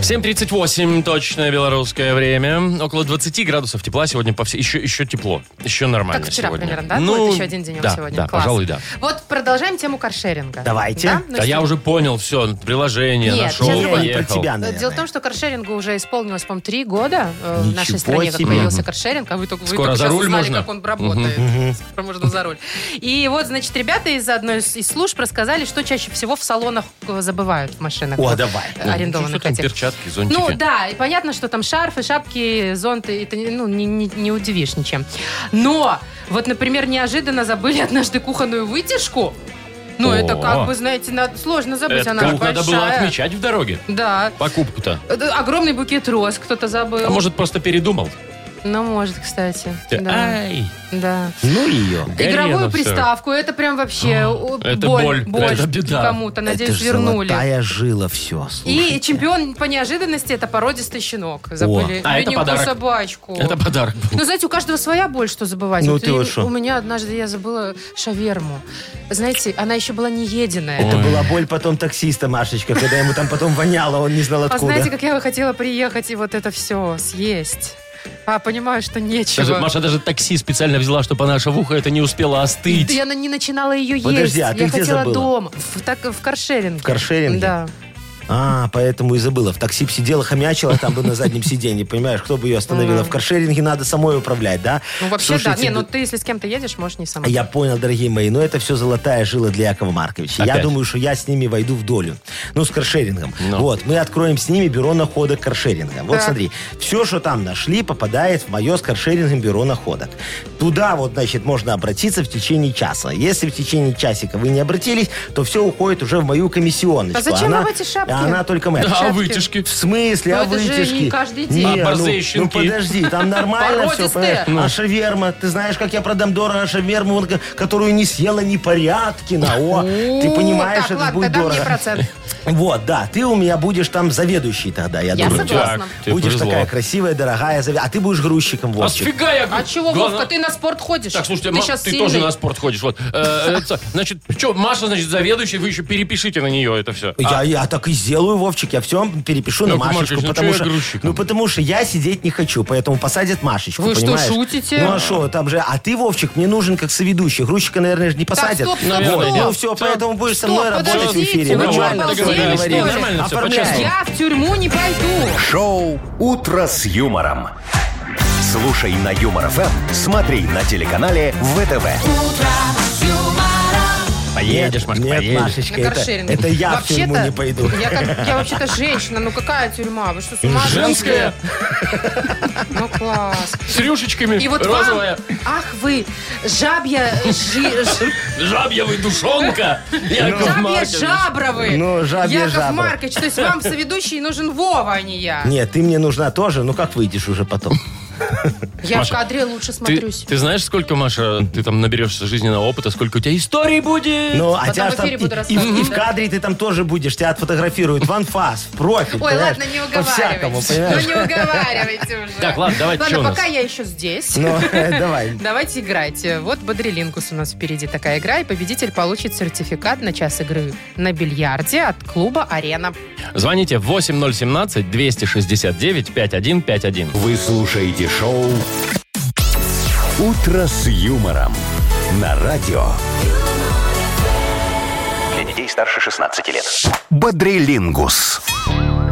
Speaker 2: 7.38, точное белорусское время. Около 20 градусов тепла сегодня по всей... Еще, еще тепло. Еще нормально
Speaker 3: Как вчера
Speaker 2: сегодня.
Speaker 3: примерно, да?
Speaker 2: Ну,
Speaker 3: Будет еще один денек
Speaker 2: да,
Speaker 3: сегодня.
Speaker 2: Да,
Speaker 3: Класс.
Speaker 2: пожалуй, да.
Speaker 3: Вот продолжаем тему каршеринга.
Speaker 4: Давайте.
Speaker 3: Да, Ну
Speaker 2: Да
Speaker 3: что?
Speaker 2: я уже понял, все, приложение
Speaker 3: Нет,
Speaker 2: нашел,
Speaker 3: сейчас
Speaker 4: Не,
Speaker 3: другой.
Speaker 4: Ну, не про
Speaker 2: поехал.
Speaker 4: тебя,
Speaker 3: Э,
Speaker 4: наверное.
Speaker 3: Дело в том, что каршерингу уже исполнилось, по-моему, три года э, в нашей
Speaker 4: Ничего
Speaker 3: стране, как
Speaker 4: себе.
Speaker 3: появился каршеринг, а вы только, вы
Speaker 2: Скоро
Speaker 3: только
Speaker 2: за
Speaker 3: сейчас
Speaker 2: руль
Speaker 3: узнали,
Speaker 2: можно?
Speaker 3: как он работает. Скоро можно за руль. И вот, значит, ребята из одной из из служб рассказали, что чаще всего в салонах э, забывают в машинах.
Speaker 4: О,
Speaker 3: Вот,
Speaker 4: давай.
Speaker 3: э,
Speaker 2: Ну,
Speaker 3: Арендованных
Speaker 2: что там,
Speaker 3: этих.
Speaker 2: перчатки, зонтики.
Speaker 3: Ну да, и понятно, что там шарфы, шапки, зонты, это не- ну, не, не- не удивишь ничем. Но, вот, например, неожиданно забыли однажды кухонную вытяжку. Ну, это
Speaker 2: О.
Speaker 3: как бы, знаете, надо- сложно забыть,
Speaker 2: Это
Speaker 3: она
Speaker 2: как
Speaker 3: большая.
Speaker 2: надо было отмечать в дороге.
Speaker 3: Да.
Speaker 2: Покупку-то.
Speaker 3: Э, Да, Огромный букет роз кто-то забыл.
Speaker 2: А может, просто передумал?
Speaker 3: Ну, может, кстати.
Speaker 2: Ты,
Speaker 3: Да.
Speaker 2: Ай,
Speaker 3: да.
Speaker 4: Ну ее.
Speaker 2: горело
Speaker 3: Игровую
Speaker 2: а, всё.
Speaker 3: приставку, это прям вообще о,
Speaker 2: это боль,
Speaker 3: боль, боль
Speaker 2: это беда.
Speaker 3: кому-то,
Speaker 4: это
Speaker 3: надеюсь,
Speaker 4: ж
Speaker 3: вернули.
Speaker 4: золотая жила все,
Speaker 3: И
Speaker 4: слушайте.
Speaker 3: чемпион по неожиданности это породистый щенок. Забыли
Speaker 2: а это
Speaker 3: бедненькую
Speaker 2: подарок.
Speaker 3: собачку.
Speaker 2: Это подарок был.
Speaker 3: Ну, знаете, у каждого своя боль, что забывать.
Speaker 4: Ну,
Speaker 3: Вот
Speaker 4: ты
Speaker 3: и
Speaker 4: вот шо.
Speaker 3: У меня однажды я забыла шаверму. Знаете, она еще была не единая.
Speaker 4: Это была боль потом таксиста, Машечка, когда ему там потом воняло, он не знал
Speaker 3: А
Speaker 4: откуда.
Speaker 3: знаете, как я бы хотела приехать и вот это все съесть? А понимаю, что нечего.
Speaker 2: Даже- Маша даже такси специально взяла, чтобы наша в ухо это не успела остыть.
Speaker 3: Да я на- не начинала ее есть.
Speaker 4: Подожди, а ты
Speaker 3: я
Speaker 4: где
Speaker 3: хотела
Speaker 4: забыла?
Speaker 3: дома. В, так, в каршеринге.
Speaker 4: В каршеринге?
Speaker 3: Да.
Speaker 4: А, поэтому и забыла. В такси б сидела, хомячила там бы на заднем сиденье, понимаешь, кто бы ее остановил. А В каршеринге надо самой управлять, да?
Speaker 3: Ну, вообще, да.
Speaker 4: Слушайте,
Speaker 3: Не, ну ты, если с кем-то едешь, можешь не сама.
Speaker 4: А Я понял, дорогие мои, но это все золотая жила для Якова Марковича. Я
Speaker 2: Опять?
Speaker 4: думаю, что я с ними войду в долю. Ну, с каршерингом.
Speaker 2: Ну.
Speaker 4: Вот, мы откроем с ними бюро находок каршеринга. Вот
Speaker 3: Так.
Speaker 4: смотри, все, что там нашли, попадает в мое с каршерингом бюро находок. Туда вот, значит, можно обратиться в течение часа. Если в течение часика вы не обратились, то все уходит уже в мою комиссионочку.
Speaker 3: А зачем
Speaker 4: Она-
Speaker 3: вам эти шапки?
Speaker 4: Она только моя.
Speaker 2: Да, а
Speaker 3: шапки.
Speaker 2: вытяжки.
Speaker 4: В смысле?
Speaker 3: Ну,
Speaker 4: а
Speaker 3: это же
Speaker 4: вытяжки?
Speaker 3: не каждый день.
Speaker 4: Не,
Speaker 2: А борзые
Speaker 4: ну, ну,
Speaker 2: щенки? Ну.
Speaker 4: подожди, там нормально все,
Speaker 3: Породистые.
Speaker 4: понимаешь? А шаверма? Ты знаешь, как я продам дорого шаверму, вон, которую не съела ни порядкина. О, ты
Speaker 3: О,
Speaker 4: понимаешь,
Speaker 3: так,
Speaker 4: это
Speaker 3: ладно,
Speaker 4: будет
Speaker 3: тогда мне
Speaker 4: дорого.
Speaker 3: процент.
Speaker 4: Вот, да, ты у меня будешь там заведующий тогда, я
Speaker 3: Я
Speaker 4: думаю.
Speaker 3: согласна. Классно.
Speaker 2: тебе
Speaker 4: Будешь
Speaker 2: повезло.
Speaker 4: такая красивая, дорогая, заве- а ты будешь грузчиком,
Speaker 2: А
Speaker 4: Вовчик.
Speaker 2: сфига я...
Speaker 3: А чего,
Speaker 2: Главное-
Speaker 3: Вовка, ты на спорт ходишь?
Speaker 2: Так, слушайте,
Speaker 3: ты
Speaker 2: Ма-
Speaker 3: сейчас
Speaker 2: ты
Speaker 3: сильный.
Speaker 2: тоже на спорт ходишь. Вот. Э, это, Значит, что, Маша, значит, заведующая, вы еще перепишите на нее это все.
Speaker 4: Я, я так и сделаю, Вовчик, я все перепишу на
Speaker 2: Яков Маркович,
Speaker 4: Машечку,
Speaker 2: А? ну чё
Speaker 4: потому
Speaker 2: я
Speaker 4: что,
Speaker 2: грузчиком?
Speaker 4: ну потому что я сидеть не хочу, поэтому посадят Машечку.
Speaker 3: Вы что,
Speaker 4: понимаешь?
Speaker 3: шутите?
Speaker 4: Ну а что, там же, а ты Вовчик мне нужен как соведущий, грузчика наверное же не посадят.
Speaker 3: стоп, стоп,
Speaker 4: Вот,
Speaker 2: стоп.
Speaker 4: ну все,
Speaker 2: Стоп,
Speaker 4: поэтому будешь со мной
Speaker 3: подождите,
Speaker 4: работать в эфире.
Speaker 3: вы
Speaker 4: Ну,
Speaker 3: что,
Speaker 4: Нормально, всё
Speaker 3: обалдели, что ли?
Speaker 4: договорились.
Speaker 2: Нормально всё,
Speaker 4: Оформляй.
Speaker 2: по-честному.
Speaker 3: Я в тюрьму не пойду.
Speaker 1: Шоу «Утро с юмором». Слушай на Юмор ФМ, смотри на телеканале ВТВ.
Speaker 2: Поедешь, Машка,
Speaker 4: Нет,
Speaker 2: поедешь.
Speaker 4: Машечка,
Speaker 3: на
Speaker 4: это,
Speaker 3: каршеринге.
Speaker 4: это я в тюрьму
Speaker 3: Вообще-то-
Speaker 4: не пойду.
Speaker 3: Я, как- я вообще-то женщина, ну какая тюрьма? Вы что, с ума сошли?
Speaker 2: А Женская.
Speaker 3: Ну класс.
Speaker 2: С рюшечками,
Speaker 3: И вот
Speaker 2: розовая,
Speaker 3: вам, ах вы, жабья, жи- ж-
Speaker 2: жабьевый душонка.
Speaker 3: Ну.
Speaker 2: Яков
Speaker 3: жабья
Speaker 2: Маркович.
Speaker 3: жабра вы.
Speaker 4: Ну, жабья
Speaker 3: Яков
Speaker 4: жабра.
Speaker 3: Маркович, то есть вам соведущий нужен Вова, а не я.
Speaker 4: Нет, ты мне нужна тоже, ну как выйдешь уже потом?
Speaker 3: Я
Speaker 2: Маша,
Speaker 3: в кадре лучше
Speaker 2: Ты,
Speaker 3: смотрюсь.
Speaker 2: ты знаешь, сколько, Маша, ты там наберешься жизненного опыта, сколько у тебя историй будет?
Speaker 4: Ну,
Speaker 3: Потом
Speaker 4: а тебя
Speaker 3: в
Speaker 4: ж там и,
Speaker 3: эфире буду
Speaker 4: и в-
Speaker 3: рассказывать,
Speaker 4: и в
Speaker 3: да.
Speaker 4: кадре ты там тоже будешь, тебя отфотографируют в анфас, в профиль.
Speaker 3: Ой,
Speaker 4: понимаешь?
Speaker 3: ладно, не
Speaker 4: По-всякому,
Speaker 3: уговаривайте. Ну
Speaker 4: понимаешь?
Speaker 3: не уговаривайте уже.
Speaker 2: Так, ладно, давайте, чё у
Speaker 3: Ладно,
Speaker 2: нас?
Speaker 3: пока я еще здесь.
Speaker 4: Ну, давай.
Speaker 3: Давайте играть. Вот Бодрилинкус у нас впереди такая игра, и победитель получит сертификат на час игры на бильярде от клуба «Арена».
Speaker 2: Звоните 8017-269-5151.
Speaker 1: Вы слушаете шоу «Утро с юмором» на радио
Speaker 6: Для детей старше 16 лет.
Speaker 1: «Бодрилингус».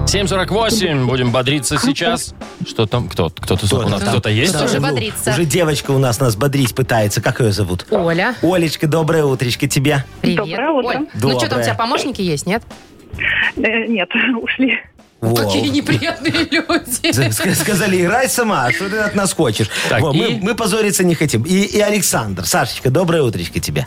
Speaker 2: 7.48, будем бодриться сейчас. Что там? Кто? Кто-то у нас
Speaker 4: там?
Speaker 2: кто-то есть?
Speaker 4: Да,
Speaker 3: уже
Speaker 4: ну,
Speaker 3: бодрится.
Speaker 4: Уже девочка у нас нас бодрить пытается. Как ее зовут?
Speaker 3: Оля,
Speaker 4: Олечка, доброе утречко тебе.
Speaker 3: привет.
Speaker 7: Доброе утро.
Speaker 3: Оль, ну что там, у
Speaker 4: Доброе.
Speaker 3: тебя помощники есть, нет?
Speaker 7: Э, Нет, ушли.
Speaker 4: Во.
Speaker 3: Какие неприятные люди.
Speaker 4: З- ск- Сказали, играй сама, а что ты от нас хочешь?
Speaker 2: Так,
Speaker 4: Во,
Speaker 2: и?
Speaker 4: мы, мы позориться не хотим. И, и Александр. Сашечка, доброе утречко тебе.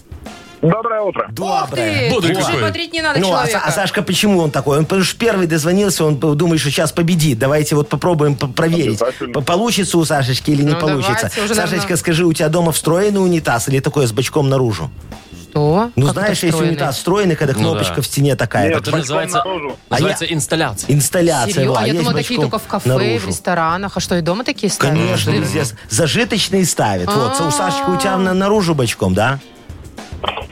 Speaker 5: Доброе утро.
Speaker 3: Ух
Speaker 4: Доброе.
Speaker 3: ты,
Speaker 2: Бодрый
Speaker 3: даже
Speaker 2: какой.
Speaker 3: бодрить не надо
Speaker 4: Ну, а, Са- а
Speaker 3: человека.
Speaker 4: Сашка почему он такой? Он потому что первый дозвонился, он думает, что сейчас победит. Давайте вот попробуем п- проверить,
Speaker 5: Обязательно.
Speaker 4: п- получится у Сашечки или не
Speaker 3: Ну,
Speaker 4: получится.
Speaker 3: давайте, уже,
Speaker 4: Сашечка,
Speaker 3: наверное-
Speaker 4: скажи, у тебя дома встроенный унитаз или такое с бачком наружу?
Speaker 3: Что?
Speaker 4: Ну,
Speaker 3: Как это
Speaker 4: знаешь, есть
Speaker 3: встроенный?
Speaker 4: унитаз встроенный,
Speaker 3: Ну
Speaker 4: когда кнопочка
Speaker 2: да.
Speaker 4: в стене такая.
Speaker 5: Нет,
Speaker 4: так,
Speaker 2: Это называется,
Speaker 4: А
Speaker 5: наружу.
Speaker 2: называется инсталляция.
Speaker 4: Инсталляция.
Speaker 3: Серьезно?
Speaker 4: во,
Speaker 3: А я
Speaker 4: есть
Speaker 3: думала, такие
Speaker 4: бачком
Speaker 3: только в кафе, в
Speaker 4: наружу.
Speaker 3: ресторанах. А что, и дома такие ставят?
Speaker 4: Конечно,
Speaker 3: Ты-
Speaker 4: везде с- зажиточные ставят. Вот, у
Speaker 3: А-а-а.
Speaker 4: Сашечка, у тебя на- наружу бачком, да?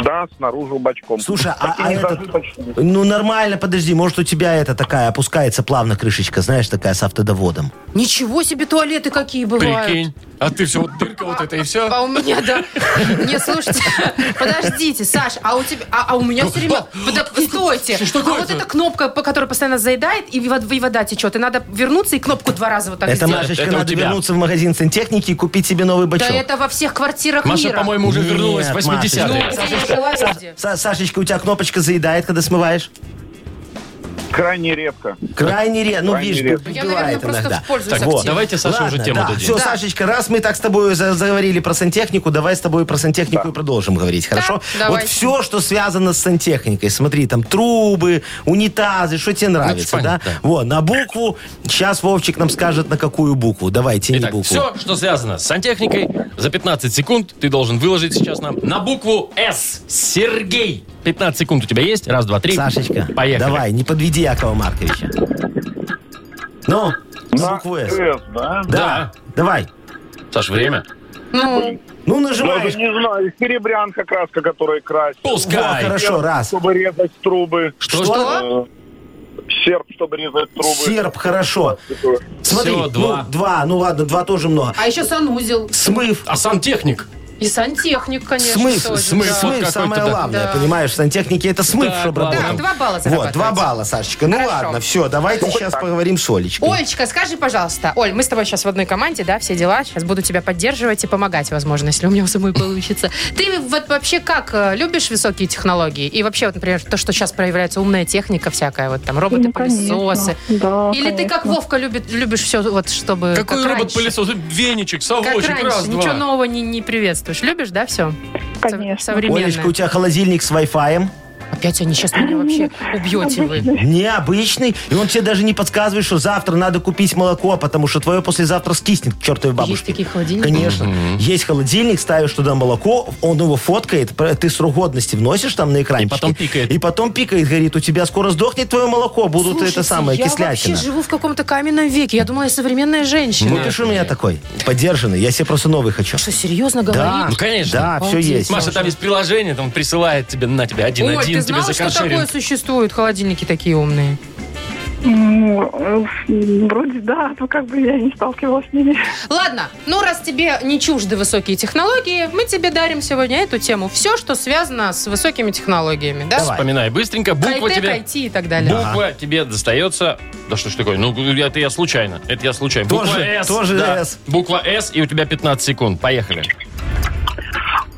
Speaker 5: Да, снаружи бачком.
Speaker 4: Слушай, а,
Speaker 5: Такие
Speaker 4: а
Speaker 5: не
Speaker 4: этот...
Speaker 5: зажиточные.
Speaker 4: Ну, нормально, подожди, может, у тебя это такая опускается плавно крышечка, знаешь, такая с автодоводом.
Speaker 3: Ничего себе туалеты какие бывают.
Speaker 2: Прикинь. А ты все, вот дырка вот это и все.
Speaker 3: А у меня, да. Не, слушайте, подождите, Саш, а у тебя, а, а у меня все время... Да, стойте.
Speaker 2: Что
Speaker 3: А
Speaker 2: такое-то?
Speaker 3: вот эта кнопка, по которой постоянно заедает, и вод- и вода течет. И надо вернуться и кнопку два раза вот так
Speaker 4: это,
Speaker 3: сделать.
Speaker 4: Машечка,
Speaker 2: это у
Speaker 4: надо
Speaker 2: тебя.
Speaker 4: вернуться в магазин сантехники и купить себе новый
Speaker 3: Да
Speaker 4: бачок.
Speaker 3: это во всех квартирах
Speaker 2: Маша,
Speaker 3: мира.
Speaker 2: по-моему, уже
Speaker 4: Нет,
Speaker 2: вернулась в
Speaker 4: Машечка.
Speaker 2: 80-е.
Speaker 3: Где я жила везде.
Speaker 4: Са- Сашечка, у тебя кнопочка заедает, когда смываешь?
Speaker 5: Крайне редко.
Speaker 4: Крайне редко. Ну,
Speaker 5: Крайне
Speaker 4: видишь,
Speaker 5: редко.
Speaker 4: б-
Speaker 3: Я, наверное,
Speaker 4: бывает
Speaker 3: просто
Speaker 4: иногда.
Speaker 3: воспользуюсь
Speaker 2: Так,
Speaker 3: активно.
Speaker 2: давайте Саша уже тему
Speaker 4: Все,
Speaker 2: дадим.
Speaker 3: Да.
Speaker 4: Сашечка, раз мы так с тобой за- заговорили про сантехнику, давай с тобой про сантехнику и продолжим говорить, хорошо?
Speaker 3: давайте.
Speaker 4: Вот все, что связано с сантехникой, смотри, там трубы, унитазы, что тебе нравится,
Speaker 2: понятно,
Speaker 4: да? Вот, на букву, сейчас Вовчик нам скажет, на какую букву. Давай, тяни
Speaker 2: Итак,
Speaker 4: букву.
Speaker 2: все, что связано с сантехникой, за 15 секунд ты должен выложить сейчас нам на букву С. Сергей. 15 секунд у тебя есть? Раз, два, три.
Speaker 4: Сашечка,
Speaker 2: Поехали.
Speaker 4: давай, не подведи Якова Марковича. Ну, на
Speaker 5: На
Speaker 4: букву «С».
Speaker 5: «С», да?
Speaker 2: Да.
Speaker 4: Давай.
Speaker 2: Саш, время.
Speaker 3: Ну,
Speaker 4: Ну,
Speaker 5: Даже
Speaker 4: нажимаешь.
Speaker 5: не знаю, серебрянка краска, которая красит.
Speaker 4: Во,
Speaker 2: Пускай.
Speaker 4: хорошо, раз.
Speaker 5: Чтобы резать трубы.
Speaker 2: Что?
Speaker 3: что?
Speaker 5: Э, Серп, чтобы резать трубы.
Speaker 4: Серп, хорошо. Смотри,
Speaker 2: Всё, два.
Speaker 4: Ну, два, ну ладно, два тоже много.
Speaker 3: А еще санузел.
Speaker 4: Смыв.
Speaker 2: А сантехник?
Speaker 3: И сантехник, конечно.
Speaker 4: Смыв,
Speaker 3: тоже,
Speaker 4: смыв,
Speaker 3: да.
Speaker 4: смыв,
Speaker 2: Вот
Speaker 4: самое
Speaker 2: какой-то, да.
Speaker 4: главное,
Speaker 3: Да.
Speaker 4: понимаешь, в сантехнике это смыв,
Speaker 2: Так,
Speaker 4: чтобы
Speaker 2: ладно.
Speaker 3: Да,
Speaker 4: работал.
Speaker 3: два балла
Speaker 4: Вот, два
Speaker 3: зарабатываете.
Speaker 4: балла, Сашечка. Ну
Speaker 3: Хорошо.
Speaker 4: ладно, все, давайте сейчас поговорим с Олечкой.
Speaker 3: Олечка, скажи, пожалуйста, Оль, мы с тобой сейчас в одной команде, да, все дела. Сейчас буду тебя поддерживать и помогать, возможно, если у меня у самой получится. Ты вот вообще как э, любишь высокие технологии? И вообще, вот, например, то, что сейчас проявляется умная техника всякая, вот там роботы,
Speaker 7: Ну,
Speaker 3: пылесосы.
Speaker 7: конечно. Да,
Speaker 3: Или ты как
Speaker 7: конечно.
Speaker 3: Вовка любит, любишь все вот чтобы
Speaker 2: Какой
Speaker 3: Э, как раньше?
Speaker 2: робот-пылесос? Веничек,
Speaker 3: Как
Speaker 2: совочек,
Speaker 3: раньше,
Speaker 2: раз,
Speaker 3: ничего
Speaker 2: два.
Speaker 3: нового не, не приветствуешь. Любишь, да, все?
Speaker 7: Конечно.
Speaker 3: Современное.
Speaker 4: Олечка, у тебя холодильник с Wi-Fi?
Speaker 3: Опять они сейчас меня вообще убьете вы.
Speaker 4: Необычный. И он тебе даже не подсказывает, что завтра надо купить молоко, потому что твое послезавтра скиснет к чертовой
Speaker 3: Есть
Speaker 4: бабушке.
Speaker 3: такие холодильники?
Speaker 4: Конечно. Есть холодильник, ставишь туда молоко, он его фоткает, про- ты срок годности вносишь там на экранчике.
Speaker 2: потом пикает.
Speaker 4: И потом пикает, говорит, у тебя скоро сдохнет твое молоко, будут Ну, это
Speaker 3: Слушайте,
Speaker 4: самое,
Speaker 3: я
Speaker 4: кислятина.
Speaker 3: вообще живу в каком-то каменном веке. Я думала, я современная женщина.
Speaker 4: Ну ты ж у меня такой, поддержанный, я себе просто новый хочу.
Speaker 3: Что, серьезно
Speaker 4: Да,
Speaker 3: говоришь?
Speaker 2: Ну, конечно.
Speaker 4: Да, все
Speaker 3: Обалдеть.
Speaker 4: есть.
Speaker 2: Маша, там есть приложение, там присылает тебе, на тебе,
Speaker 3: Оль,
Speaker 2: один-один, тебе
Speaker 3: ты знала,
Speaker 2: за
Speaker 3: что такое
Speaker 2: каршеринг.
Speaker 3: существует? Холодильники такие умные.
Speaker 7: Ну, э, вроде да, но как бы я и не сталкивалась с ними.
Speaker 3: Ладно, ну раз тебе не чужды высокие технологии, мы тебе дарим сегодня эту тему. Все, что связано с высокими технологиями, да?
Speaker 4: Давай.
Speaker 2: Вспоминай быстренько. Буква
Speaker 3: Хай-тек,
Speaker 2: тебе...
Speaker 3: IT и так далее.
Speaker 2: Буква тебе достается... Да что ж такое? Ну, это я случайно. Это я случайно. Буква
Speaker 4: Тоже-
Speaker 2: «С».
Speaker 4: тоже
Speaker 2: да.
Speaker 4: «С».
Speaker 2: Буква «С», и у тебя 15 секунд. Поехали.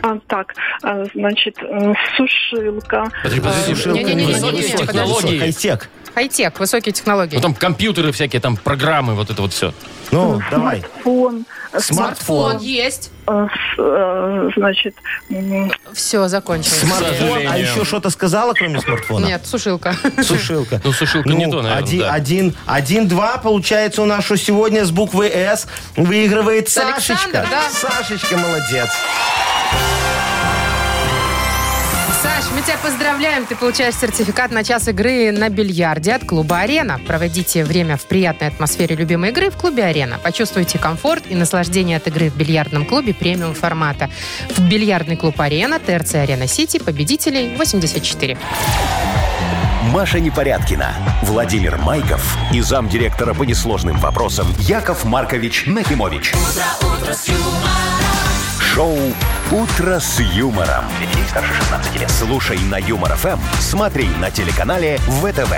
Speaker 7: А, так, а, значит, э, сушилка.
Speaker 2: Подожди, подожди.
Speaker 4: Сушилка,
Speaker 3: Не-не-не-не-не,
Speaker 2: Высокие
Speaker 3: подожди.
Speaker 2: технологии.
Speaker 4: Хай-тек.
Speaker 3: Хай-тек, высокие технологии.
Speaker 2: Ну, там компьютеры всякие, там программы, вот это вот все.
Speaker 4: Ну, давай.
Speaker 7: Смартфон.
Speaker 3: Смартфон есть.
Speaker 7: э, с- э, Значит, м,
Speaker 3: Все, закончилось.
Speaker 4: Смартфон. А
Speaker 2: сожалению.
Speaker 4: еще что-то сказала, кроме смартфона?
Speaker 3: Нет, сушилка.
Speaker 4: Сушилка.
Speaker 2: Ну, сушилка не то, наверное,
Speaker 4: Один,
Speaker 2: да.
Speaker 4: один, один, два, получается, у нас что сегодня с буквы С выигрывает
Speaker 3: Александр,
Speaker 4: Сашечка.
Speaker 3: да.
Speaker 4: Сашечка, молодец.
Speaker 3: Саш, мы тебя поздравляем. Ты получаешь сертификат на час игры на бильярде от клуба «Арена». Проводите время в приятной атмосфере любимой игры в клубе «Арена». Почувствуйте комфорт и наслаждение от игры в бильярдном клубе премиум формата. В бильярдный клуб «Арена», ТРЦ «Арена Сити», победителей 84.
Speaker 1: Маша Непорядкина, Владимир Майков и замдиректора по несложным вопросам Яков Маркович Нахимович. Шоу Утро с юмором.
Speaker 6: Для детей старше 16 лет.
Speaker 1: Слушай на юмор ФМ, смотри на телеканале ВТВ.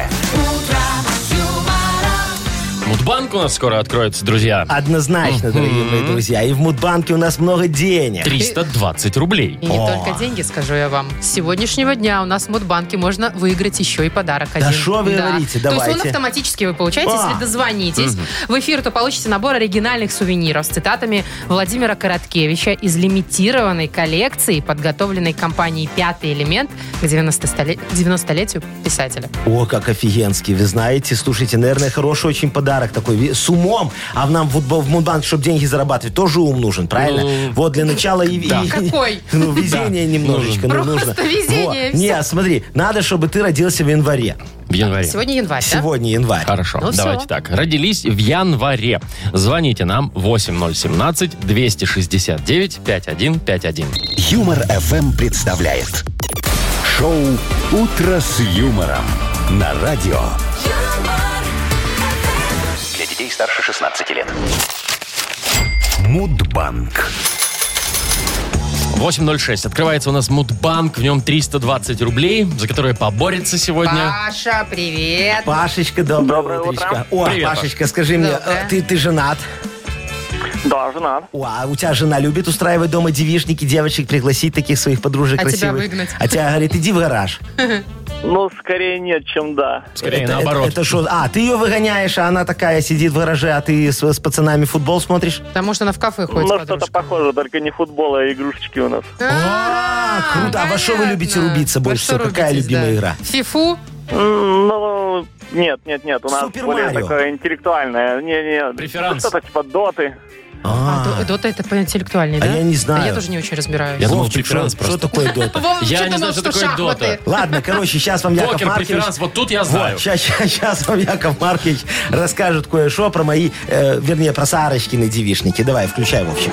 Speaker 2: Мудбанк у нас скоро откроется, друзья.
Speaker 4: А, Однозначно, дорогие мои друзья. И в Мудбанке у нас много денег.
Speaker 2: 320 рублей.
Speaker 3: И не только деньги, скажу я вам. С сегодняшнего дня у нас в Мудбанке можно выиграть еще и подарок один.
Speaker 4: шо вы
Speaker 3: То
Speaker 4: говорите,
Speaker 3: есть
Speaker 4: давайте.
Speaker 3: он автоматически вы получаете, если
Speaker 4: А.
Speaker 3: дозвонитесь. В эфир, то получите набор оригинальных сувениров с цитатами Владимира Короткевича из лимитированной коллекции, подготовленной компанией «Пятый элемент» к 90-столе- 90-летию писателя.
Speaker 4: О, как офигенский, вы знаете. Слушайте, наверное, хороший очень подарок такой, ви- с умом. А в нам в, Мудба- в Мудбанк, чтобы деньги зарабатывать, тоже ум нужен, правильно?
Speaker 2: Ну,
Speaker 4: вот для начала и... и-
Speaker 2: да.
Speaker 3: Какой?
Speaker 4: Ну, везение
Speaker 2: Да,
Speaker 4: немножечко, ну,
Speaker 3: нужен.
Speaker 4: нужно.
Speaker 3: Просто везение, и всё.
Speaker 4: Во. Не, смотри, надо, чтобы ты родился в январе.
Speaker 2: В январе.
Speaker 3: Сегодня январь, да?
Speaker 4: Сегодня январь.
Speaker 2: Хорошо,
Speaker 3: Ну, всё.
Speaker 2: давайте так. Родились в январе. Звоните нам 8017-269-5151.
Speaker 1: Юмор ФМ представляет шоу Утро с юмором на радио.
Speaker 6: Для детей старше 16 лет.
Speaker 1: Мудбанк.
Speaker 2: 8.06. Открывается у нас Мудбанк, в нем 320 рублей, за которые поборется сегодня.
Speaker 3: Паша, привет.
Speaker 4: Пашечка, доброе,
Speaker 5: Доброе
Speaker 4: утречко. О,
Speaker 5: утро.
Speaker 2: Привет,
Speaker 4: Пашечка, скажи мне,
Speaker 3: Доброе.
Speaker 4: а ты, ты женат?
Speaker 5: Да, жена.
Speaker 4: О, а у тебя жена любит устраивать дома девишники, девочек пригласить таких своих подружек
Speaker 3: А тебя
Speaker 4: красивых?
Speaker 3: выгнать?
Speaker 4: А тебя говорит, иди в гараж.
Speaker 5: Ну, скорее нет, чем да.
Speaker 2: Скорее
Speaker 4: Это-
Speaker 2: наоборот.
Speaker 4: Это что? А, ты ее выгоняешь, а она такая сидит в гараже, а ты с, с пацанами футбол смотришь?
Speaker 3: Потому что она в кафе ходит с
Speaker 5: ну, что-то
Speaker 3: подружкой.
Speaker 5: похоже, только не футбол, а игрушечки у нас.
Speaker 4: А, круто. А во что вы
Speaker 3: понятно.
Speaker 4: любите рубиться
Speaker 3: Во
Speaker 4: больше
Speaker 3: что
Speaker 4: всего? Какая
Speaker 3: рубитесь,
Speaker 4: любимая
Speaker 3: да.
Speaker 4: игра?
Speaker 3: Фифу.
Speaker 5: М, Ну, нет, нет, нет, у нас
Speaker 4: Супер
Speaker 5: более
Speaker 4: Марио.
Speaker 5: такое интеллектуальное. Не, не,
Speaker 2: Преферанс.
Speaker 5: Что-то типа доты.
Speaker 3: А,
Speaker 4: А,
Speaker 3: До- Дота это по интеллектуальнее,
Speaker 4: А
Speaker 3: да?
Speaker 4: я не знаю.
Speaker 3: А я тоже не очень разбираюсь.
Speaker 2: Я думал,
Speaker 4: Вовчик,
Speaker 2: преферанс
Speaker 4: что-
Speaker 2: просто.
Speaker 4: Что такое дота?
Speaker 3: Вова вообще
Speaker 2: Я не
Speaker 3: думал,
Speaker 2: знаю, что такое
Speaker 3: шахматы.
Speaker 4: Ладно, короче, сейчас вам Яков
Speaker 2: Покер,
Speaker 4: Маркович...
Speaker 2: преферанс, вот тут я знаю.
Speaker 4: сейчас, вам Яков Маркович расскажет кое-что про мои, э, вернее, про Сарочкины девишники. Давай, включай, Вовчик.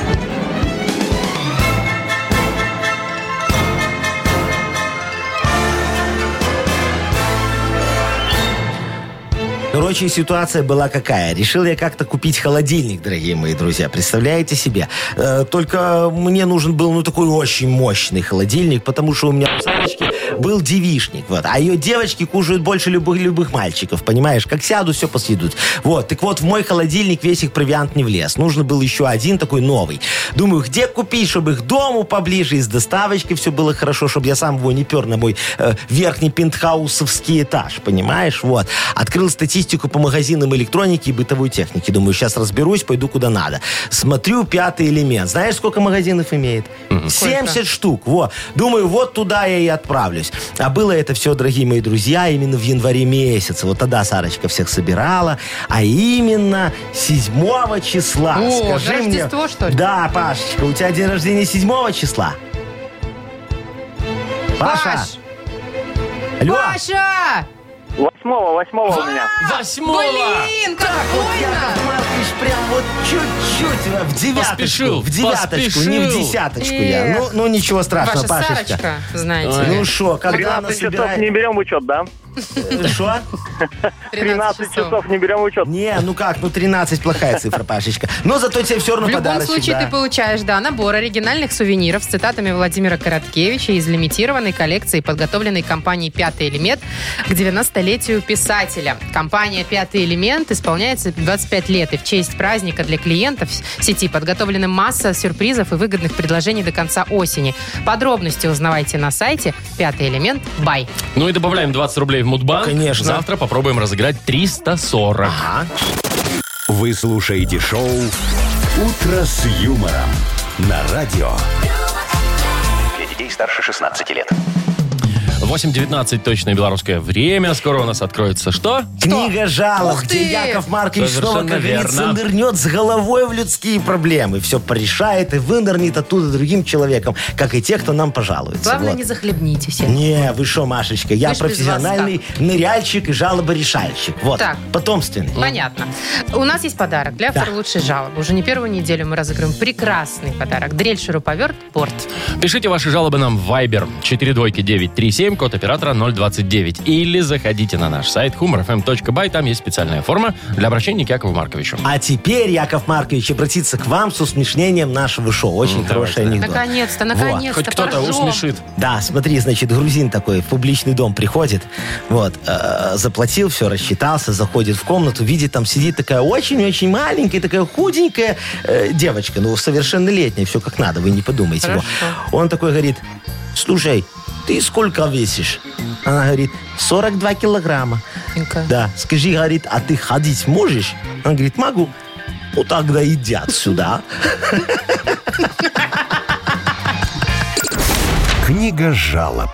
Speaker 4: Короче, ситуация была какая. Решил я как-то купить холодильник, дорогие мои друзья. Представляете себе? Э, Только мне нужен был, ну, такой очень мощный холодильник, потому что у меня у Сарочки был девишник. Вот. А ее девочки кушают больше любых, любых мальчиков, понимаешь? Как сяду, все посъедут. Вот. Так вот, в мой холодильник весь их провиант не влез. Нужно был еще один такой новый. Думаю, где купить, чтобы их дому поближе, и с доставочкой все было хорошо, чтобы я сам его не пер на мой э, верхний пентхаусовский этаж, понимаешь? Вот. Открыл статистику по магазинам электроники и бытовой техники. Думаю, сейчас разберусь, пойду куда надо. Смотрю пятый элемент. Знаешь, сколько магазинов имеет? 70 штук. Вот. Думаю, вот туда я и отправлюсь. А было это все, дорогие мои друзья, именно в январе месяце. Вот тогда Сарочка всех собирала. А именно 7 числа.
Speaker 3: О,
Speaker 4: Скажи
Speaker 3: на
Speaker 4: мне-
Speaker 3: Рождество, что ли?
Speaker 4: Да, Пашечка, у тебя день рождения 7 числа. Паша!
Speaker 3: Паш!
Speaker 4: Алло!
Speaker 3: Паша!
Speaker 5: Восьмого, восьмого у меня.
Speaker 2: Восьмого!
Speaker 3: Блин, как больно!
Speaker 4: Яков Маркович, прям вот чуть-чуть э, в девяточку.
Speaker 2: Поспешил,
Speaker 4: в девяточку, не в
Speaker 2: поспешил.
Speaker 4: десяточку я. Ну,
Speaker 3: Эх.
Speaker 4: ну ничего страшного,
Speaker 3: Ваша
Speaker 4: Пашечка.
Speaker 3: Сарочка, знаете.
Speaker 2: Ой.
Speaker 4: Ну шо, когда она
Speaker 5: 13 часов не
Speaker 4: собирает...
Speaker 5: берем в учет, да?
Speaker 4: Шо?
Speaker 5: 13 часов не берем в учет.
Speaker 4: Не, ну как, ну 13 плохая цифра, Пашечка. Но зато тебе все
Speaker 3: В
Speaker 4: равно
Speaker 3: любом
Speaker 4: подарочек.
Speaker 3: случае
Speaker 4: да.
Speaker 3: ты получаешь, да, набор оригинальных сувениров с цитатами Владимира Короткевича из лимитированной коллекции, подготовленной компанией «Пятый элемент» к 90-летию писателя. Компания «Пятый элемент» исполняется 25 лет, и в честь праздника для клиентов сети подготовлена масса сюрпризов и выгодных предложений до конца осени. Подробности узнавайте на сайте «Пятый элемент. Бай».
Speaker 2: Ну и добавляем 20 рублей в Мудбанк.
Speaker 4: Конечно.
Speaker 2: Завтра попробуем разыграть 340.
Speaker 1: Вы слушаете шоу «Утро с юмором» на радио.
Speaker 6: Для детей старше 16 лет.
Speaker 2: 8.19 точное белорусское время. Скоро у нас откроется что?
Speaker 4: Книга жалоб,
Speaker 2: Ух ты!
Speaker 4: где Яков Маркович снова,
Speaker 2: Совершенно
Speaker 4: как говорится,
Speaker 2: верно.
Speaker 4: нырнет с головой в людские проблемы. Все порешает и вынырнет оттуда другим человеком, как и те, кто нам пожалуется.
Speaker 3: Главное,
Speaker 4: Вот.
Speaker 3: не захлебните все.
Speaker 4: Не, вы шо, Машечка, я
Speaker 3: Мы ж без вас
Speaker 4: профессиональный ныряльщик и жалоборешальщик. Вот,
Speaker 3: Так.
Speaker 4: потомственный.
Speaker 3: Понятно. У нас есть подарок для автора лучшей жалобы. Уже не первую неделю мы разыграем прекрасный подарок. Дрель, шуруповерт, порт.
Speaker 2: Пишите ваши жалобы нам в Viber 42937, код оператора 029. Или заходите на наш сайт humorfm.by, там есть специальная форма для обращения к Якову Марковичу.
Speaker 4: А теперь Яков Маркович обратится к вам с усмешнением нашего шоу. Очень хороший анекдот.
Speaker 3: Наконец-то,
Speaker 4: Вот.
Speaker 3: наконец-то.
Speaker 2: Хоть кто-то
Speaker 3: поржем.
Speaker 2: усмешит.
Speaker 4: Да, смотри, значит, грузин такой в публичный дом приходит, вот, э, заплатил, все, рассчитался, заходит в комнату, видит, там сидит такая очень-очень маленькая, такая худенькая э, девочка, ну, совершеннолетняя, все как надо, вы не подумайте. во.
Speaker 3: Хорошо.
Speaker 4: Он такой говорит, слушай, ты сколько весишь? Она говорит, 42 килограмма.
Speaker 3: Тоненько.
Speaker 4: Да, скажи, говорит, а ты ходить можешь? Он говорит, могу. Ну, тогда иди отсюда.
Speaker 1: Книга жалоб.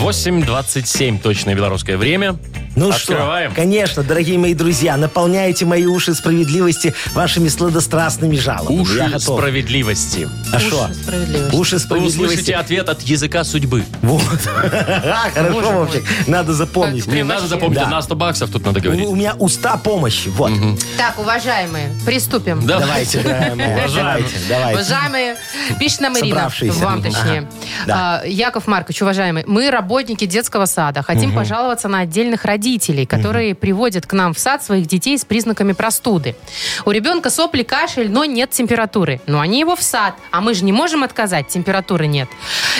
Speaker 2: 8.27 точное белорусское время.
Speaker 4: Ну
Speaker 2: Открываем.
Speaker 4: что, конечно, дорогие мои друзья, наполняйте мои уши справедливости вашими сладострастными жалобами.
Speaker 2: Уши
Speaker 4: Я готов.
Speaker 2: справедливости.
Speaker 4: А что?
Speaker 3: Уши справедливости.
Speaker 4: Уши
Speaker 2: Вы услышите
Speaker 4: справедливости.
Speaker 2: ответ от языка судьбы.
Speaker 4: Вот. А, Хорошо,
Speaker 3: Боже мой.
Speaker 4: Вовчик. Надо запомнить.
Speaker 2: Не надо запомнить,
Speaker 4: Да.
Speaker 2: на 100 баксов тут надо
Speaker 4: У
Speaker 2: говорить.
Speaker 4: у меня уста помощи. Вот.
Speaker 3: Так, уважаемые, приступим.
Speaker 2: Да.
Speaker 4: Давайте, дорогая моя,
Speaker 2: Уважаемый.
Speaker 4: давайте, давайте.
Speaker 3: Уважаемые, пишет нам Ирина,
Speaker 4: Собравшиеся.
Speaker 3: вам
Speaker 4: Ага.
Speaker 3: точнее.
Speaker 4: Да.
Speaker 3: А, Яков Маркович, уважаемый, мы работники детского сада. Хотим пожаловаться на отдельных родителей, которые приводят к нам в сад своих детей с признаками простуды. У ребенка сопли, кашель, но нет температуры. Но они его в сад, а мы же не можем отказать, температуры нет.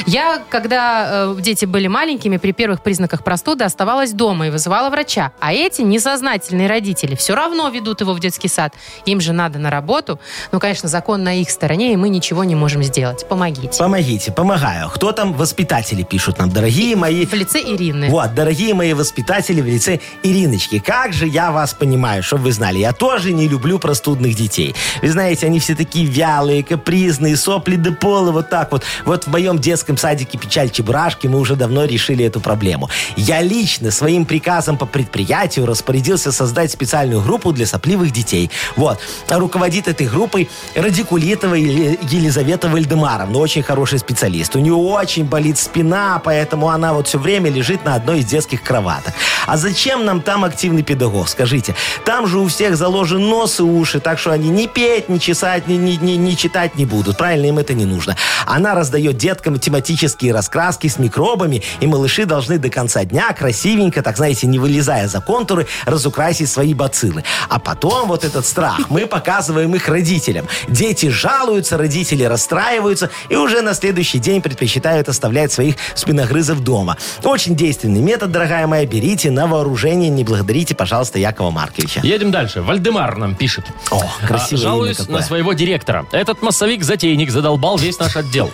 Speaker 3: Я, когда э, дети были маленькими, при первых признаках простуды оставалась дома и вызывала врача. А эти несознательные родители все равно ведут его в детский сад. Им же надо на работу. Ну, конечно, закон на их стороне, и мы ничего не можем сделать. Помогите.
Speaker 4: Помогите, помогаю. Кто там? Воспитатели пишут нам. Дорогие мои
Speaker 3: В лице Ирины.
Speaker 4: Вот, дорогие мои воспитатели в лице Ириночки, как же я вас понимаю, чтобы вы знали, я тоже не люблю простудных детей. Вы знаете, они все такие вялые, капризные, сопли до пола, вот так вот. Вот в моем детском садике печаль Чебурашки мы уже давно решили эту проблему. Я лично своим приказом по предприятию распорядился создать специальную группу для сопливых детей. Вот. А Руководит этой группой Радикулитова Еле- Елизавета Вальдемаровна, очень хороший специалист. У нее очень болит спина, поэтому она вот все время лежит на одной из детских кроваток. А зачем нам там активный педагог, скажите? Там же у всех заложен нос и уши, так что они ни петь, ни чесать, ни, ни- ни- ни читать не будут. Правильно, им это не нужно. Она раздает деткам тематические раскраски с микробами, и малыши должны до конца дня красивенько, так знаете, не вылезая за контуры, разукрасить свои бациллы. А потом вот этот страх мы показываем их родителям. Дети жалуются, родители расстраиваются и уже на следующий день предпочитают оставлять своих спиногрызов дома. Очень действенный метод, дорогая моя, берите на вооружение, не благодарите, пожалуйста, Якова Марковича.
Speaker 2: Едем дальше. Вальдемар нам пишет.
Speaker 4: О,
Speaker 2: А,
Speaker 4: красивое имя
Speaker 2: Жалуюсь
Speaker 4: какое.
Speaker 2: на своего директора. Этот массовик-затейник задолбал весь наш отдел.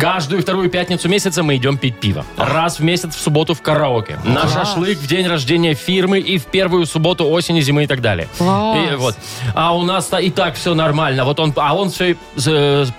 Speaker 2: Каждую вторую пятницу месяца мы идем пить пиво. Раз в месяц в субботу в караоке. На шашлык в день рождения фирмы и в первую субботу осени, зимы и так далее.
Speaker 3: Класс.
Speaker 2: И вот. А у нас и так все нормально. Вот он, а он все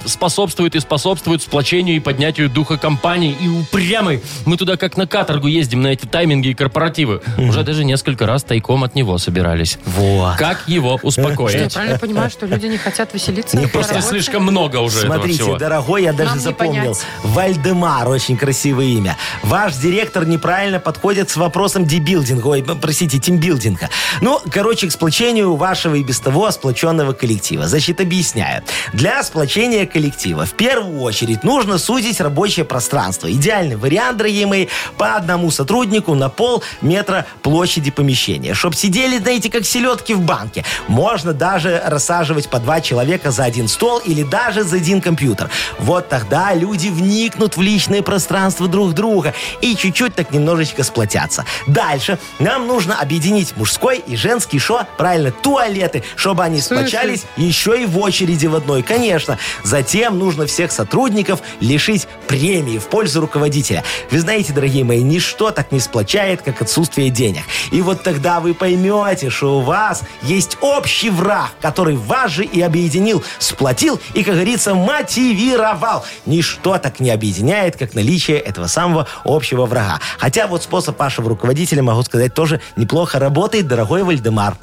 Speaker 2: способствует и способствует сплочению и поднятию духа компании. И упрямый. Мы туда как на каторгу ездим на эти тайминги и корпоративы. Уже даже несколько раз тайком от него собирались.
Speaker 4: Вот.
Speaker 2: Как его
Speaker 3: Что, я
Speaker 2: успокоить?
Speaker 3: правильно понимаю, что люди не хотят веселиться?
Speaker 4: Не
Speaker 3: на
Speaker 2: Просто
Speaker 3: работе?
Speaker 2: слишком много уже
Speaker 4: Смотрите,
Speaker 2: этого всего.
Speaker 4: дорогой, я даже
Speaker 3: Нам не
Speaker 4: запомнил.
Speaker 3: понять.
Speaker 4: Вальдемар, очень красивое имя. Ваш директор неправильно подходит с вопросом дебилдинга, ой, м, простите, тимбилдинга. Ну, короче, к сплочению вашего и без того сплоченного коллектива. Значит, объясняю. Для сплочения коллектива в первую очередь нужно сузить рабочее пространство. Идеальный вариант, дорогие мои, по одному сотруднику на полметра площади помещения. Чтоб сидели, знаете, как селедки в банке. Можно даже рассаживать по два человека за один стол или даже за один компьютер. Вот тогда люди люди вникнут в личное пространство друг друга и чуть-чуть так немножечко сплотятся. Дальше нам нужно объединить мужской и женский шо, правильно, туалеты, чтобы они
Speaker 3: смысле?
Speaker 4: сплочались еще и в очереди в одной, конечно. Затем нужно всех сотрудников лишить премии в пользу руководителя. Вы знаете, дорогие мои, ничто так не сплочает, как отсутствие денег. И вот тогда вы поймете, что у вас есть общий враг, который вас же и объединил, сплотил и, как говорится, мотивировал. Ничто так не объединяет, как наличие этого самого общего врага. Хотя вот способ вашего руководителя, могу сказать, тоже неплохо работает, дорогой Вальдемар.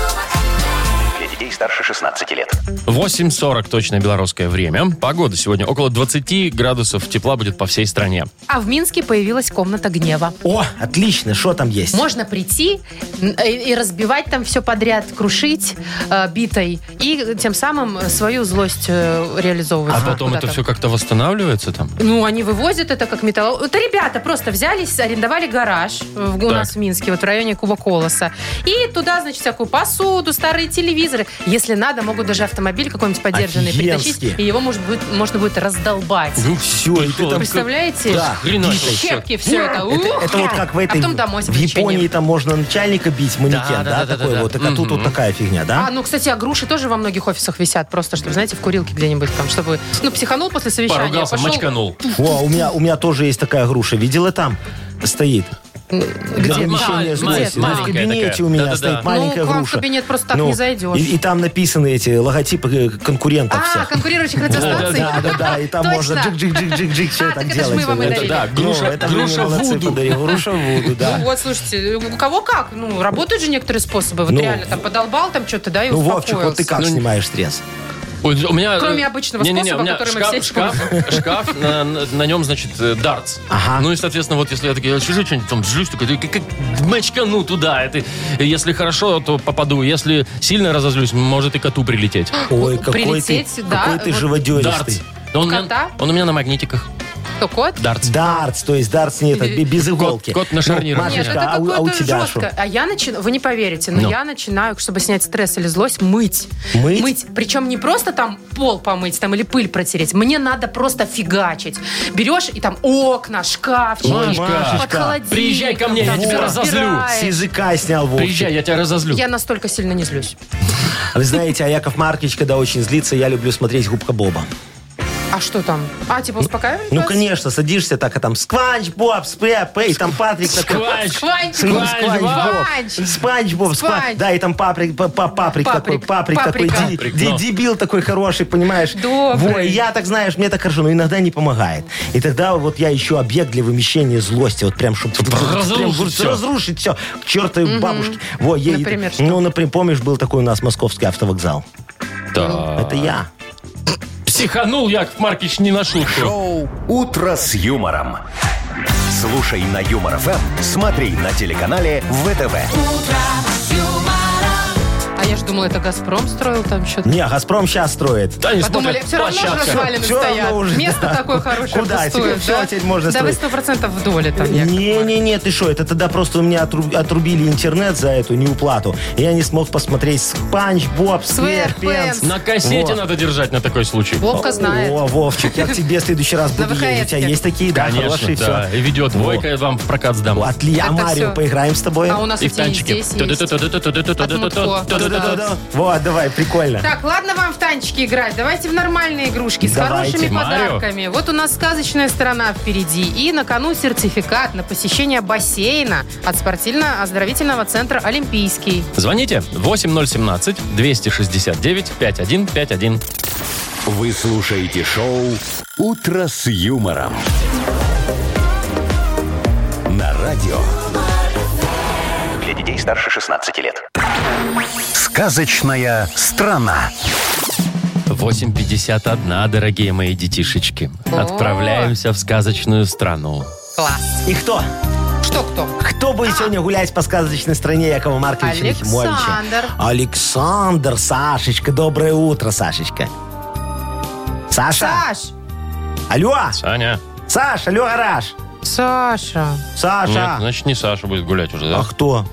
Speaker 6: Для детей старше 16 лет.
Speaker 2: 8.40 точно белорусское время. Погода сегодня около 20 градусов тепла будет по всей стране.
Speaker 3: А в Минске появилась комната гнева.
Speaker 4: О, отлично, что там есть?
Speaker 3: Можно прийти м, э, и разбивать там все подряд, крушить э, битой и тем самым свою злость э, реализовывать.
Speaker 2: А потом это
Speaker 3: куда-то.
Speaker 2: все как-то восстанавливается там?
Speaker 3: Ну, они вывозят это как металл. Это ребята просто взялись, арендовали гараж э, в- у
Speaker 2: Так.
Speaker 3: нас в Минске, вот в районе Куба Колоса. И туда, значит, всякую посуду, старые телевизоры. Если надо, могут даже автомобиль какой-нибудь подержанный
Speaker 4: Офигенски.
Speaker 3: притащить, и его может быть, можно будет раздолбать.
Speaker 4: все, Ну, и ты там...
Speaker 3: Представляете?
Speaker 4: Да,
Speaker 2: Хрена
Speaker 4: Дита,
Speaker 2: себе.
Speaker 3: Щепки, все это.
Speaker 4: Это,
Speaker 3: Ух,
Speaker 4: это вот как в этой...
Speaker 3: А потом домой с
Speaker 4: в Японии
Speaker 3: облегчением.
Speaker 4: там можно начальника бить, манекен,
Speaker 2: Да,
Speaker 4: да?
Speaker 2: да, да, да,
Speaker 4: такой
Speaker 2: да,
Speaker 4: вот.
Speaker 2: да.
Speaker 4: Так, а тут вот такая фигня, да?
Speaker 3: А, ну, кстати, а груши тоже во многих офисах висят, просто, чтобы, знаете, в курилке где-нибудь там, чтобы, ну, психанул после совещания,
Speaker 2: Поругался,
Speaker 3: пошел
Speaker 2: мочканул.
Speaker 4: О, у меня, у меня тоже есть такая груша. Видела там? Стоит.
Speaker 3: Где?
Speaker 4: Для
Speaker 2: Малень-
Speaker 4: помещения злости.
Speaker 3: малень-
Speaker 4: Ну, в кабинете
Speaker 2: маленькая
Speaker 4: у меня
Speaker 2: такая.
Speaker 4: стоит
Speaker 2: Да-да-да.
Speaker 4: маленькая
Speaker 3: Ну, к вам в
Speaker 4: груша.
Speaker 3: кабинет просто так не зайдешь.
Speaker 4: И, и там написаны эти логотипы э, конкурентов
Speaker 3: А,
Speaker 4: всех.
Speaker 3: конкурирующих радиостанций?
Speaker 4: Да, да, да, и там
Speaker 3: Точно.
Speaker 4: можно джик-джик-джик-джик-джик
Speaker 3: А,
Speaker 4: все
Speaker 3: так
Speaker 4: так
Speaker 3: это ж
Speaker 4: делать.
Speaker 3: мы вам и
Speaker 4: Это
Speaker 3: дарили.
Speaker 4: да,
Speaker 2: Ну,
Speaker 4: груша,
Speaker 2: это вы
Speaker 4: груша
Speaker 2: молодцы,
Speaker 4: Вуду. Груша Вуду, да.
Speaker 3: Ну вот, слушайте, у кого как? Ну, работают же некоторые способы. Вот
Speaker 4: Ну,
Speaker 3: реально там подолбал там что-то, да, и
Speaker 4: Ну,
Speaker 3: успокоился.
Speaker 4: Вовчик, вот ты как
Speaker 2: Ну,
Speaker 4: снимаешь стресс?
Speaker 2: Ой, у меня,
Speaker 3: Кроме
Speaker 2: э,
Speaker 3: обычного
Speaker 2: не-не-не,
Speaker 3: способа,
Speaker 2: у меня
Speaker 3: который мы
Speaker 2: шкаф,
Speaker 3: все
Speaker 2: шкаф, шкаф, на, на- на нем, значит, э, дартс.
Speaker 4: Ага.
Speaker 2: Ну и, соответственно, вот если я такие сижу, что-нибудь там жусь, такой, ты как, как мочкану туда. Это, если хорошо, то попаду. Если сильно разозлюсь, может и коту прилететь.
Speaker 4: Ой, какой ты,
Speaker 3: прилететь, да,
Speaker 4: какой ты
Speaker 3: вот
Speaker 4: живодеристый.
Speaker 2: Дартс. Он, у меня-
Speaker 3: Кота?
Speaker 2: он у меня на магнитиках.
Speaker 3: Кто, кот?
Speaker 2: Дартс.
Speaker 4: Дартс, то есть дартс нет,
Speaker 3: Э,
Speaker 4: это без иголки.
Speaker 2: кот на
Speaker 4: Ну,
Speaker 2: шарнирах.
Speaker 3: Нет,
Speaker 4: Машечка,
Speaker 3: это
Speaker 4: а у-
Speaker 3: какое-то
Speaker 4: а у тебя
Speaker 3: жестко.
Speaker 4: что?
Speaker 3: А я начинаю, вы не поверите, но
Speaker 2: Ну.
Speaker 3: я начинаю, чтобы снять стресс или злость, мыть.
Speaker 4: Мыть?
Speaker 3: Причем не просто там пол помыть там или пыль протереть. Мне надо просто фигачить. Берешь и там окна, шкафчики,
Speaker 2: Машечка,
Speaker 3: под холодильник.
Speaker 2: приезжай ко мне, я
Speaker 3: там
Speaker 2: тебя
Speaker 3: всё
Speaker 2: разозлю.
Speaker 3: разбираешь.
Speaker 4: С языка снял Вовчик.
Speaker 2: Приезжай, я тебя разозлю.
Speaker 3: Я настолько сильно не злюсь.
Speaker 4: Вы знаете, а Яков Маркич, когда очень злится, я люблю смотреть «Губка Боба».
Speaker 3: А что там? А, типа успокаивает
Speaker 4: Ну,
Speaker 3: вас?
Speaker 4: конечно, садишься так, а там скванч, Боб, спэп, и там Патрик такой...
Speaker 2: Сквач.
Speaker 3: Скванч.
Speaker 4: Скванч,
Speaker 2: Скванч,
Speaker 4: Боб.
Speaker 3: Скванч.
Speaker 4: Спанч Боб,
Speaker 3: Скванч.
Speaker 4: Скванч. Да, и там паприк, па- па- паприк, такой,
Speaker 3: Паприк,
Speaker 4: паприк,
Speaker 3: паприка.
Speaker 4: такой, ди-
Speaker 2: Паприк,
Speaker 4: ди-
Speaker 2: но.
Speaker 4: дебил такой хороший, понимаешь?
Speaker 3: Добрый.
Speaker 4: Во, и я так, знаешь, мне так хорошо, но иногда не помогает. И тогда вот я ищу объект для вымещения злости, вот прям, чтобы
Speaker 2: разрушить всё.
Speaker 4: разрушить все, к чертовой бабушке. Во, ей-
Speaker 3: Например, что?
Speaker 4: ну, например, помнишь, был такой у нас московский автовокзал?
Speaker 2: Да.
Speaker 4: Это я.
Speaker 2: Психанул Яков Маркич не на шутку.
Speaker 1: Шоу «Утро с юмором». Слушай на Юмор ФМ, смотри на телеканале ВТВ.
Speaker 3: А я же думала, это «Газпром» строил там что-то.
Speaker 4: Не, Газпром сейчас строит.
Speaker 2: Да, они
Speaker 3: Подумали,
Speaker 2: смотрят,
Speaker 3: все равно же
Speaker 2: площадка.
Speaker 3: развалины
Speaker 4: Всё равно
Speaker 3: стоят.
Speaker 4: уже,
Speaker 3: Место
Speaker 4: да.
Speaker 3: такое хорошее
Speaker 4: Куда?
Speaker 3: пустует,
Speaker 4: Теперь всё
Speaker 3: да?
Speaker 4: теперь можно
Speaker 3: Да вы
Speaker 4: строить.
Speaker 3: сто процентов в доле там, Яков Маркович.
Speaker 4: Не-не-не, ты что, это тогда просто у меня отру- отрубили интернет за эту неуплату. и Я не смог посмотреть Спанч Боб,
Speaker 3: Сверхпенс.
Speaker 4: Сверхпенс.
Speaker 2: На кассете
Speaker 4: Вот.
Speaker 2: надо держать на такой случай.
Speaker 3: Вовка знает.
Speaker 4: О, Вовчик, я к тебе в следующий раз
Speaker 3: На
Speaker 4: буду ездить. У тебя
Speaker 3: VHS.
Speaker 4: есть такие, да,
Speaker 2: Конечно,
Speaker 4: хорошие,
Speaker 2: да.
Speaker 4: все.
Speaker 2: И видео двойка я вам в прокат сдам.
Speaker 4: Отли, а
Speaker 3: Это всё.
Speaker 4: Марио поиграем с тобой?
Speaker 3: А у нас
Speaker 2: И
Speaker 3: у
Speaker 2: в
Speaker 3: тебя и
Speaker 2: танчике.
Speaker 3: здесь есть. Да-да-да.
Speaker 4: Да-да-да. Вот, давай, прикольно.
Speaker 3: Так, ладно вам в танчики играть. Давайте в нормальные игрушки с
Speaker 4: Давайте.
Speaker 3: хорошими
Speaker 2: Марио.
Speaker 3: подарками. Вот у нас сказочная страна впереди. И на кону сертификат на посещение бассейна от спортивно-оздоровительного центра «Олимпийский».
Speaker 2: Звоните 8017-269-5151.
Speaker 1: Вы слушаете шоу «Утро с юмором». На радио
Speaker 6: Для детей старше 16 лет.
Speaker 1: «Сказочная страна».
Speaker 2: 8.51, дорогие мои детишечки.
Speaker 3: О.
Speaker 2: Отправляемся в сказочную страну.
Speaker 3: Класс.
Speaker 4: И кто?
Speaker 3: Что кто?
Speaker 4: Кто
Speaker 3: А.
Speaker 4: будет сегодня гулять по сказочной стране Якова Марковича
Speaker 3: Александр.
Speaker 4: Нахимовича? Александр, Сашечка, доброе утро, Сашечка. Саша,
Speaker 3: Саш!
Speaker 4: алло,
Speaker 2: Саня?
Speaker 4: Саш, алло, гараж.
Speaker 3: Саша!
Speaker 4: Саша,
Speaker 2: Нет, ну,
Speaker 3: ну
Speaker 2: значит, не Саша будет гулять уже, да?
Speaker 4: а кто?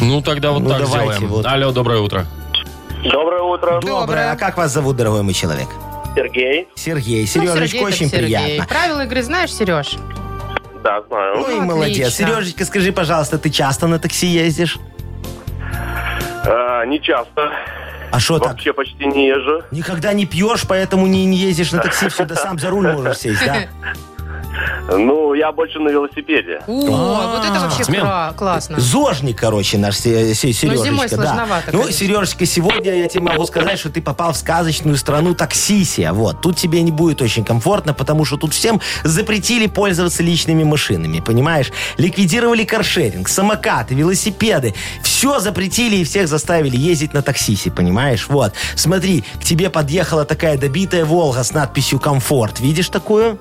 Speaker 2: Ну, тогда вот
Speaker 4: Ну,
Speaker 2: так
Speaker 4: давайте,
Speaker 2: сделаем.
Speaker 4: вот.
Speaker 2: Алло, доброе утро.
Speaker 5: Доброе утро,
Speaker 4: Доброе. А как вас зовут, дорогой мой человек?
Speaker 5: Сергей.
Speaker 4: Сергей.
Speaker 3: Ну,
Speaker 4: Сережечка,
Speaker 3: Сергей так
Speaker 4: очень
Speaker 3: Сергей.
Speaker 4: приятно.
Speaker 3: Правила игры знаешь, Сереж?
Speaker 5: Да, знаю.
Speaker 4: Ну и
Speaker 3: Ну,
Speaker 4: молодец.
Speaker 3: отлично.
Speaker 4: Сережечка, скажи, пожалуйста, ты часто на такси ездишь?
Speaker 5: А, не часто.
Speaker 4: А что так?
Speaker 5: Вообще почти не езжу.
Speaker 4: Никогда не пьешь, поэтому не, не ездишь на такси, всегда сам за руль можешь сесть, да?
Speaker 5: Ну, я больше на велосипеде.
Speaker 3: О, вот
Speaker 4: А,
Speaker 3: это вообще
Speaker 2: Смен.
Speaker 3: кра- классно.
Speaker 4: Зожник, короче, наш Се- Се- Сережечка.
Speaker 3: зимой
Speaker 4: да.
Speaker 3: сложновато,
Speaker 4: Ну,
Speaker 3: конечно.
Speaker 4: Сережечка, сегодня я тебе могу сказать, что ты попал в сказочную страну таксисия. Вот. Тут тебе не будет очень комфортно, потому что тут всем запретили пользоваться личными машинами, понимаешь? Ликвидировали каршеринг, самокаты, велосипеды. Все запретили и всех заставили ездить на таксисе, понимаешь? Вот. Смотри, к тебе подъехала такая добитая «Волга» с надписью «Комфорт». Видишь такую?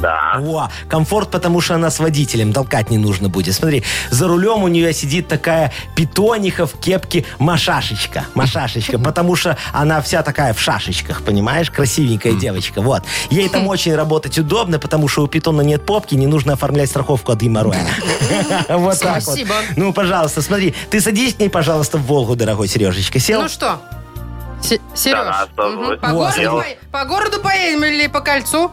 Speaker 5: Да.
Speaker 4: Во, комфорт, потому что она с водителем, толкать не нужно будет. Смотри, за рулем у нее сидит такая питониха в кепке Машашечка. Машашечка, потому что она вся такая в шашечках, понимаешь? Красивенькая девочка, вот. Ей там очень работать удобно, потому что у питона нет попки, не нужно оформлять страховку от геморроя. Вот так вот.
Speaker 3: Спасибо.
Speaker 4: Ну, пожалуйста, смотри, ты садись к ней, пожалуйста, в Волгу, дорогой Сережечка. Сел?
Speaker 3: Ну что? Се- Сереж,
Speaker 5: Да,
Speaker 3: мгм,
Speaker 5: оставалось.
Speaker 3: по,
Speaker 4: Вот.
Speaker 3: городу, по- по городу поедем или по кольцу?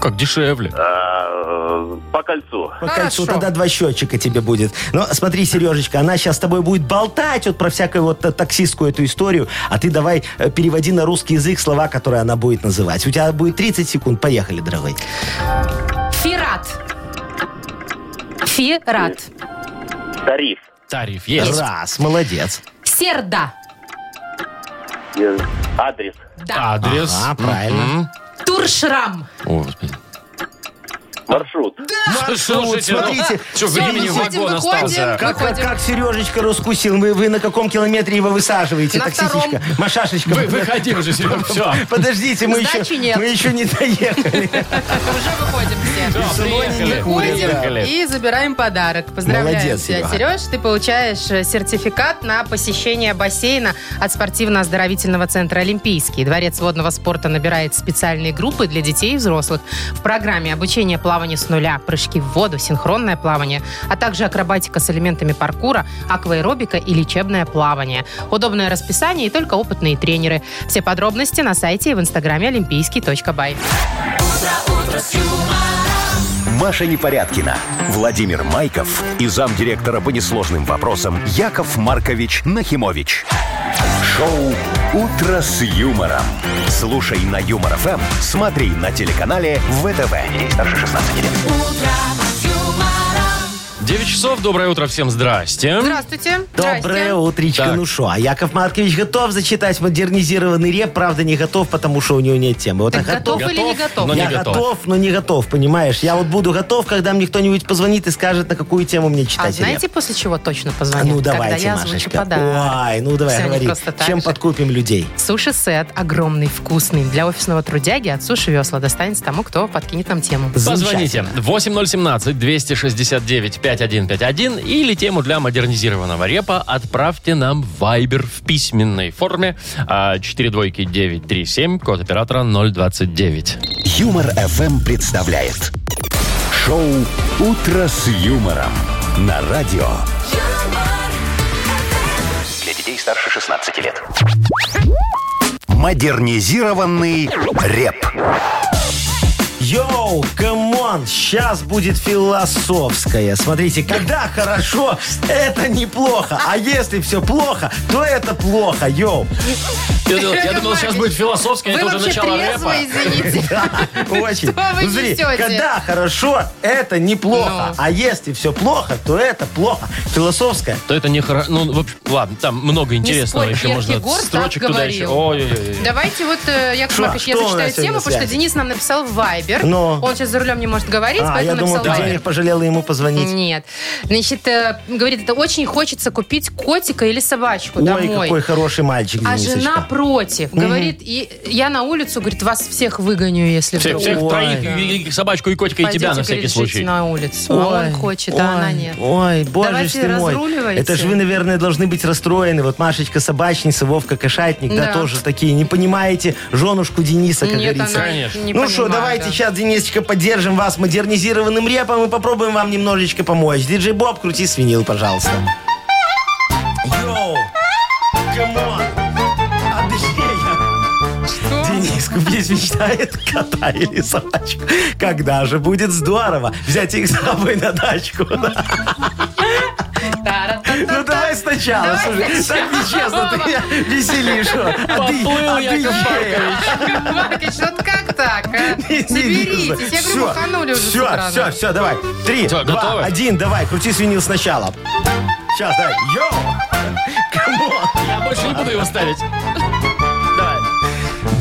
Speaker 2: Как дешевле.
Speaker 5: А, по кольцу.
Speaker 4: По кольцу
Speaker 3: Хорошо.
Speaker 4: тогда два счетчика тебе будет. Но смотри, Сережечка, она сейчас с тобой будет болтать вот про всякую вот та- таксистскую эту историю, а ты давай э, переводи на русский язык слова, которые она будет называть. У тебя будет 30 секунд. Поехали, дорогой.
Speaker 3: Фират. Фират.
Speaker 4: Э,
Speaker 5: Тариф.
Speaker 2: Тариф есть.
Speaker 4: Раз, молодец.
Speaker 3: Серда.
Speaker 5: Э, Адрес.
Speaker 3: Да.
Speaker 2: Адрес.
Speaker 4: Ага, А, правильно.
Speaker 3: Туршрам.
Speaker 2: О, господи.
Speaker 5: Маршрут.
Speaker 2: Слушайте, ну,
Speaker 4: смотрите.
Speaker 2: Что,
Speaker 3: Всё,
Speaker 2: времени
Speaker 3: Э, выходим,
Speaker 2: вагон
Speaker 3: выходим.
Speaker 2: остался.
Speaker 4: Как, как,
Speaker 3: Выходим.
Speaker 4: как Сережечка раскусил, мы, вы на каком километре его высаживаете,
Speaker 3: На
Speaker 4: таксисечка?
Speaker 3: втором.
Speaker 4: Машашечка,
Speaker 2: Вы, выходи уже, Серег, все.
Speaker 4: подождите, мы еще,
Speaker 3: Сдачи нет.
Speaker 4: мы еще не доехали.
Speaker 3: Уже выходим все. Выходим и забираем подарок. Поздравляем
Speaker 4: Молодец,
Speaker 3: тебя,
Speaker 4: Серега.
Speaker 3: Сереж. Ты получаешь э, сертификат на посещение бассейна от спортивно-оздоровительного центра «Олимпийский». Дворец водного спорта набирает специальные группы для детей и взрослых. В программе обучение плаванию с нуля, прыжки в воду, синхронное плавание, а также акробатика с элементами паркура, акваэробика и лечебное плавание. Удобное расписание и только опытные тренеры. Все подробности на сайте и в инстаграме олимпийский.бай.
Speaker 1: Маша Непорядкина, Владимир Майков и замдиректора по несложным вопросам Яков Маркович Нахимович. Шоу «Утро с юмором». Слушай на Юмор ФМ, смотри на телеканале ВТВ. Ей старше 16 лет.
Speaker 2: 9 часов, доброе утро, всем здрасте.
Speaker 3: Здравствуйте.
Speaker 4: Доброе
Speaker 3: Здрасте.
Speaker 4: утречко.
Speaker 2: Так.
Speaker 4: Ну что, а Яков Маркович готов зачитать модернизированный реп, правда не готов, потому что у него нет темы. Вот
Speaker 3: Так
Speaker 4: а готов.
Speaker 3: готов или не готов?
Speaker 2: но не
Speaker 4: Я
Speaker 2: готов.
Speaker 4: готов. но не готов, понимаешь? Я вот буду готов, когда мне кто-нибудь позвонит и скажет, на какую тему мне читать.
Speaker 3: А
Speaker 4: реп.
Speaker 3: знаете, после чего точно позвонят?
Speaker 4: ну
Speaker 3: Когда
Speaker 4: давайте,
Speaker 3: я озвучу
Speaker 4: Машечка.
Speaker 3: подарок.
Speaker 4: Ой, ну давай,
Speaker 3: Всё, не
Speaker 4: говори.
Speaker 3: просто так
Speaker 4: Чем
Speaker 3: же.
Speaker 4: подкупим людей?
Speaker 3: Суши-сет огромный, вкусный. Для офисного трудяги от суши-весла достанется тому, кто подкинет нам тему.
Speaker 2: Позвоните
Speaker 4: Замечательно.
Speaker 2: 8017 269 4295151 или тему для модернизированного репа отправьте нам в Viber в письменной форме а, 42937, код оператора 029.
Speaker 1: Юмор FM представляет шоу Утро с юмором на радио.
Speaker 6: Для детей старше 16 лет.
Speaker 1: Модернизированный реп.
Speaker 4: Йоу, камон, сейчас будет философская. Смотрите, когда хорошо, это неплохо. А если все плохо, то это плохо, йоу.
Speaker 2: Я, думал- я думал, сейчас будет философское,
Speaker 3: Вы
Speaker 2: это уже
Speaker 3: вообще
Speaker 2: начало рэпа.
Speaker 3: трезвы, извините.
Speaker 4: Очень.
Speaker 3: Что вы
Speaker 4: Ну, смотри,
Speaker 3: несете?
Speaker 4: когда хорошо, это неплохо.
Speaker 3: Ну.
Speaker 4: А если все плохо, то это плохо. Философская.
Speaker 2: То это не хоро- Ну, в общем, ладно, там много интересного
Speaker 3: спорь,
Speaker 2: еще
Speaker 3: Яков
Speaker 2: можно
Speaker 3: Егор так
Speaker 2: строчек туда
Speaker 3: говорил.
Speaker 2: еще. Ой-ой-ой.
Speaker 3: Давайте вот, э, Яков
Speaker 4: Шо,
Speaker 3: Маркович, я
Speaker 4: что у
Speaker 3: зачитаю
Speaker 4: нас сегодня
Speaker 3: тему, потому что
Speaker 4: связь?
Speaker 3: Денис нам написал в Viber.
Speaker 4: Но.
Speaker 3: Он сейчас за рулем не может говорить,
Speaker 4: А, я
Speaker 3: поэтому
Speaker 4: думал,
Speaker 3: написал
Speaker 4: ты
Speaker 3: в Viber.
Speaker 4: денег пожалела ему позвонить.
Speaker 3: Нет. Значит, э, говорит, это очень хочется купить котика или собачку
Speaker 4: Ой,
Speaker 3: домой.
Speaker 4: какой хороший мальчик,
Speaker 3: А
Speaker 4: Денисочка.
Speaker 3: жена против. Говорит, и я на улицу, говорит, вас всех выгоню, если
Speaker 2: Всех,
Speaker 3: вдруг
Speaker 2: всех
Speaker 4: Ой.
Speaker 2: троих, и- и собачку, и котика, и
Speaker 3: пойдете,
Speaker 2: тебя на всякий
Speaker 3: говорит, жить
Speaker 2: случай.
Speaker 3: на улицу. А
Speaker 4: Ой,
Speaker 3: он хочет, а она
Speaker 4: ой,
Speaker 3: нет.
Speaker 4: Ой, боже ж
Speaker 3: Давайте
Speaker 4: ты мой.
Speaker 3: разруливайте.
Speaker 4: Это же вы, наверное, должны быть расстроены. Вот Машечка собачница, Вовка кошатник, да,
Speaker 3: Да.
Speaker 4: тоже такие. Не понимаете женушку Дениса, как
Speaker 3: Нет,
Speaker 4: говорится.
Speaker 3: она
Speaker 2: Конечно.
Speaker 3: не
Speaker 4: ну что,
Speaker 3: понимает,
Speaker 4: давайте
Speaker 3: да.
Speaker 4: сейчас, Денисочка, поддержим вас модернизированным репом и попробуем вам немножечко помочь. Диджей Боб, крути свинил, пожалуйста. Йоу! А Камон! Отдыхи я. Денис, купить мечтает кота или собачку. Когда же будет здорово взять их с собой на дачку.
Speaker 3: Ну, Та-ра-та-та.
Speaker 4: Ну давай сначала,
Speaker 3: Давай
Speaker 4: слушай. Так нечестно, ты меня веселишь. А
Speaker 2: Поплыл Яков
Speaker 3: Маркович, вот как так, а? Соберитесь, я говорю, маханули уже с
Speaker 4: Все,
Speaker 3: утра.
Speaker 4: все, все, давай. Три,
Speaker 2: Всё, готовы?
Speaker 4: два, один, давай, крути свинил сначала. Сейчас, давай. Йоу! Камон!
Speaker 2: Я больше не буду его ставить. Давай.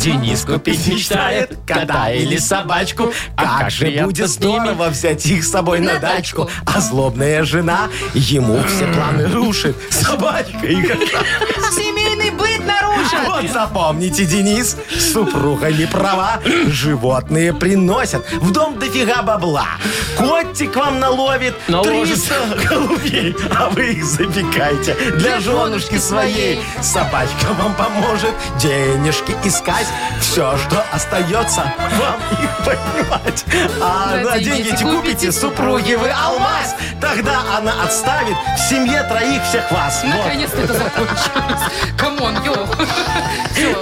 Speaker 2: Денис купить мечтает кота или собачку. А
Speaker 4: Как, же будет
Speaker 2: с ними.
Speaker 4: здорово взять их с собой на,
Speaker 3: На
Speaker 4: дачку.
Speaker 3: дачку.
Speaker 4: А злобная жена ему все планы рушит. Собачка и кота.
Speaker 3: Семейный быт нарушен.
Speaker 4: Вот запомните, Денис, супруга не права. Животные приносят в дом дофига бабла. Котик вам наловит
Speaker 2: Наложит.
Speaker 4: 300 голубей, а вы их запекайте для
Speaker 3: Для
Speaker 4: женушки
Speaker 3: женушки
Speaker 4: своей.
Speaker 3: своей.
Speaker 4: Собачка вам поможет денежки искать. Все, что остается, вам их понимать. А
Speaker 3: За
Speaker 4: на
Speaker 3: деньги
Speaker 4: деньги
Speaker 3: купите
Speaker 4: купите супруге вы алмаз. Тогда она отставит в семье троих всех вас. Вот.
Speaker 3: Наконец-то это закончилось. Камон, йоу. Все.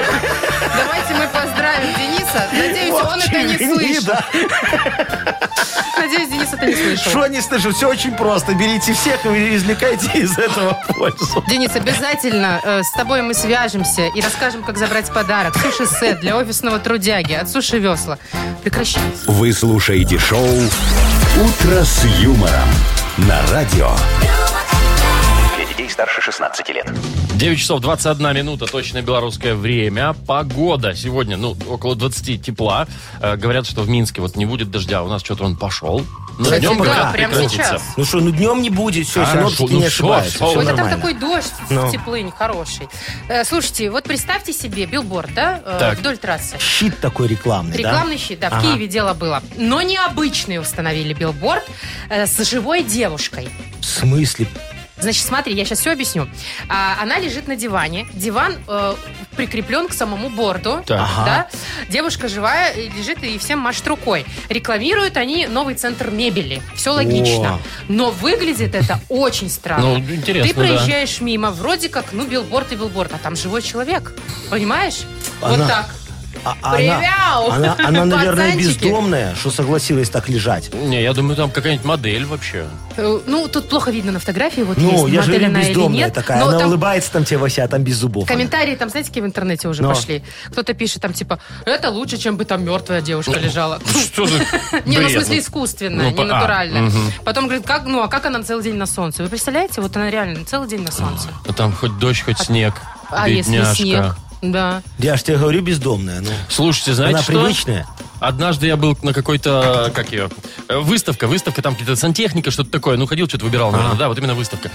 Speaker 3: Давайте мы поздравим Дениса. Надеюсь,
Speaker 4: Вот
Speaker 3: он это не
Speaker 4: чего
Speaker 3: слышит.
Speaker 4: да.
Speaker 3: Надеюсь, Денис это не слышал.
Speaker 4: Что не слышу? Все очень просто. Берите всех и извлекайте из этого пользу.
Speaker 3: Денис, обязательно э, с тобой мы свяжемся и расскажем, как забрать подарок. Суши-сет для офисного трудяги от Суши Весла. Прекращай.
Speaker 1: Вы слушаете шоу Утро с юмором на радио.
Speaker 6: Для детей старше 16 лет.
Speaker 2: 9 часов 21 минута, точное белорусское время. Погода сегодня, ну, около 20 тепла. Э, говорят, что в Минске вот не будет дождя. У нас что-то он пошел. Но
Speaker 4: Кстати,
Speaker 2: днем
Speaker 4: да,
Speaker 2: говорят,
Speaker 3: прямо
Speaker 2: прекратится.
Speaker 3: сейчас.
Speaker 4: Ну что, ну днем не будет, все,
Speaker 2: Хорошо,
Speaker 4: синоптики
Speaker 2: ну
Speaker 4: не
Speaker 2: всё,
Speaker 4: ошибаются.
Speaker 2: всё.
Speaker 4: всё
Speaker 2: Ой,
Speaker 3: Ой, да там
Speaker 4: нормально.
Speaker 3: такой дождь в-
Speaker 4: Ну.
Speaker 3: в теплынь хороший. Э, Слушайте, вот представьте себе билборд, да, э,
Speaker 2: Так.
Speaker 3: вдоль трассы.
Speaker 4: Щит такой рекламный, да?
Speaker 3: Рекламный щит, да, в
Speaker 4: Ага.
Speaker 3: Киеве дело было. Но необычный установили билборд э, с живой девушкой.
Speaker 4: В смысле?
Speaker 3: Значит, смотри, я сейчас все объясню. А, она лежит на диване. Диван э, прикреплен к самому борду.
Speaker 2: Так.
Speaker 4: Ага.
Speaker 3: Да? Девушка живая э, лежит и всем машет рукой. Рекламируют они новый центр мебели. Все логично. Но выглядит это очень
Speaker 2: Ну,
Speaker 3: странно.
Speaker 2: интересно,
Speaker 3: Ты
Speaker 2: да.
Speaker 3: проезжаешь мимо, вроде как, ну, билборд и билборд, а там живой человек. Понимаешь?
Speaker 4: Она-
Speaker 3: Вот так.
Speaker 4: А- а она-
Speaker 3: Привял.
Speaker 4: Она, она, наверное,
Speaker 3: Пацанчики.
Speaker 4: бездомная, что согласилась так лежать.
Speaker 2: Не, я думаю, там какая-нибудь модель вообще.
Speaker 3: Э, Ну, тут плохо видно на фотографии, вот
Speaker 4: Ну,
Speaker 3: есть
Speaker 4: я же
Speaker 3: модель
Speaker 4: говорю,
Speaker 3: она или
Speaker 4: бездомная
Speaker 3: нет.
Speaker 4: такая.
Speaker 3: но
Speaker 4: Она
Speaker 3: там
Speaker 4: улыбается там тебе, Вася, а там без зубов.
Speaker 3: Комментарии там, знаете, какие в интернете уже
Speaker 4: Но.
Speaker 3: пошли? Кто-то пишет там, типа, это лучше, чем бы там мертвая девушка лежала.
Speaker 2: Ну, Что за
Speaker 3: Не, ну в
Speaker 2: бред?
Speaker 3: смысле искусственная,
Speaker 2: Ну, по-
Speaker 3: не
Speaker 2: а,
Speaker 3: натуральная.
Speaker 2: мгм.
Speaker 3: Потом говорит, как, ну а как она целый день на солнце? Вы представляете, вот она реально целый день на солнце.
Speaker 2: Ну, Там хоть дождь, хоть снег.
Speaker 3: А если
Speaker 2: Бедняжка.
Speaker 3: снег? Да.
Speaker 4: она. Я же тебе говорю, бездомная. Ну.
Speaker 2: Слушайте, знаете
Speaker 4: Она
Speaker 2: что?
Speaker 4: привычная.
Speaker 2: Однажды я был на какой-то, как ее, э, выставка, выставка, там какие-то сантехника, что-то такое. Ну, ходил, что-то выбирал, наверное, да, вот именно выставка.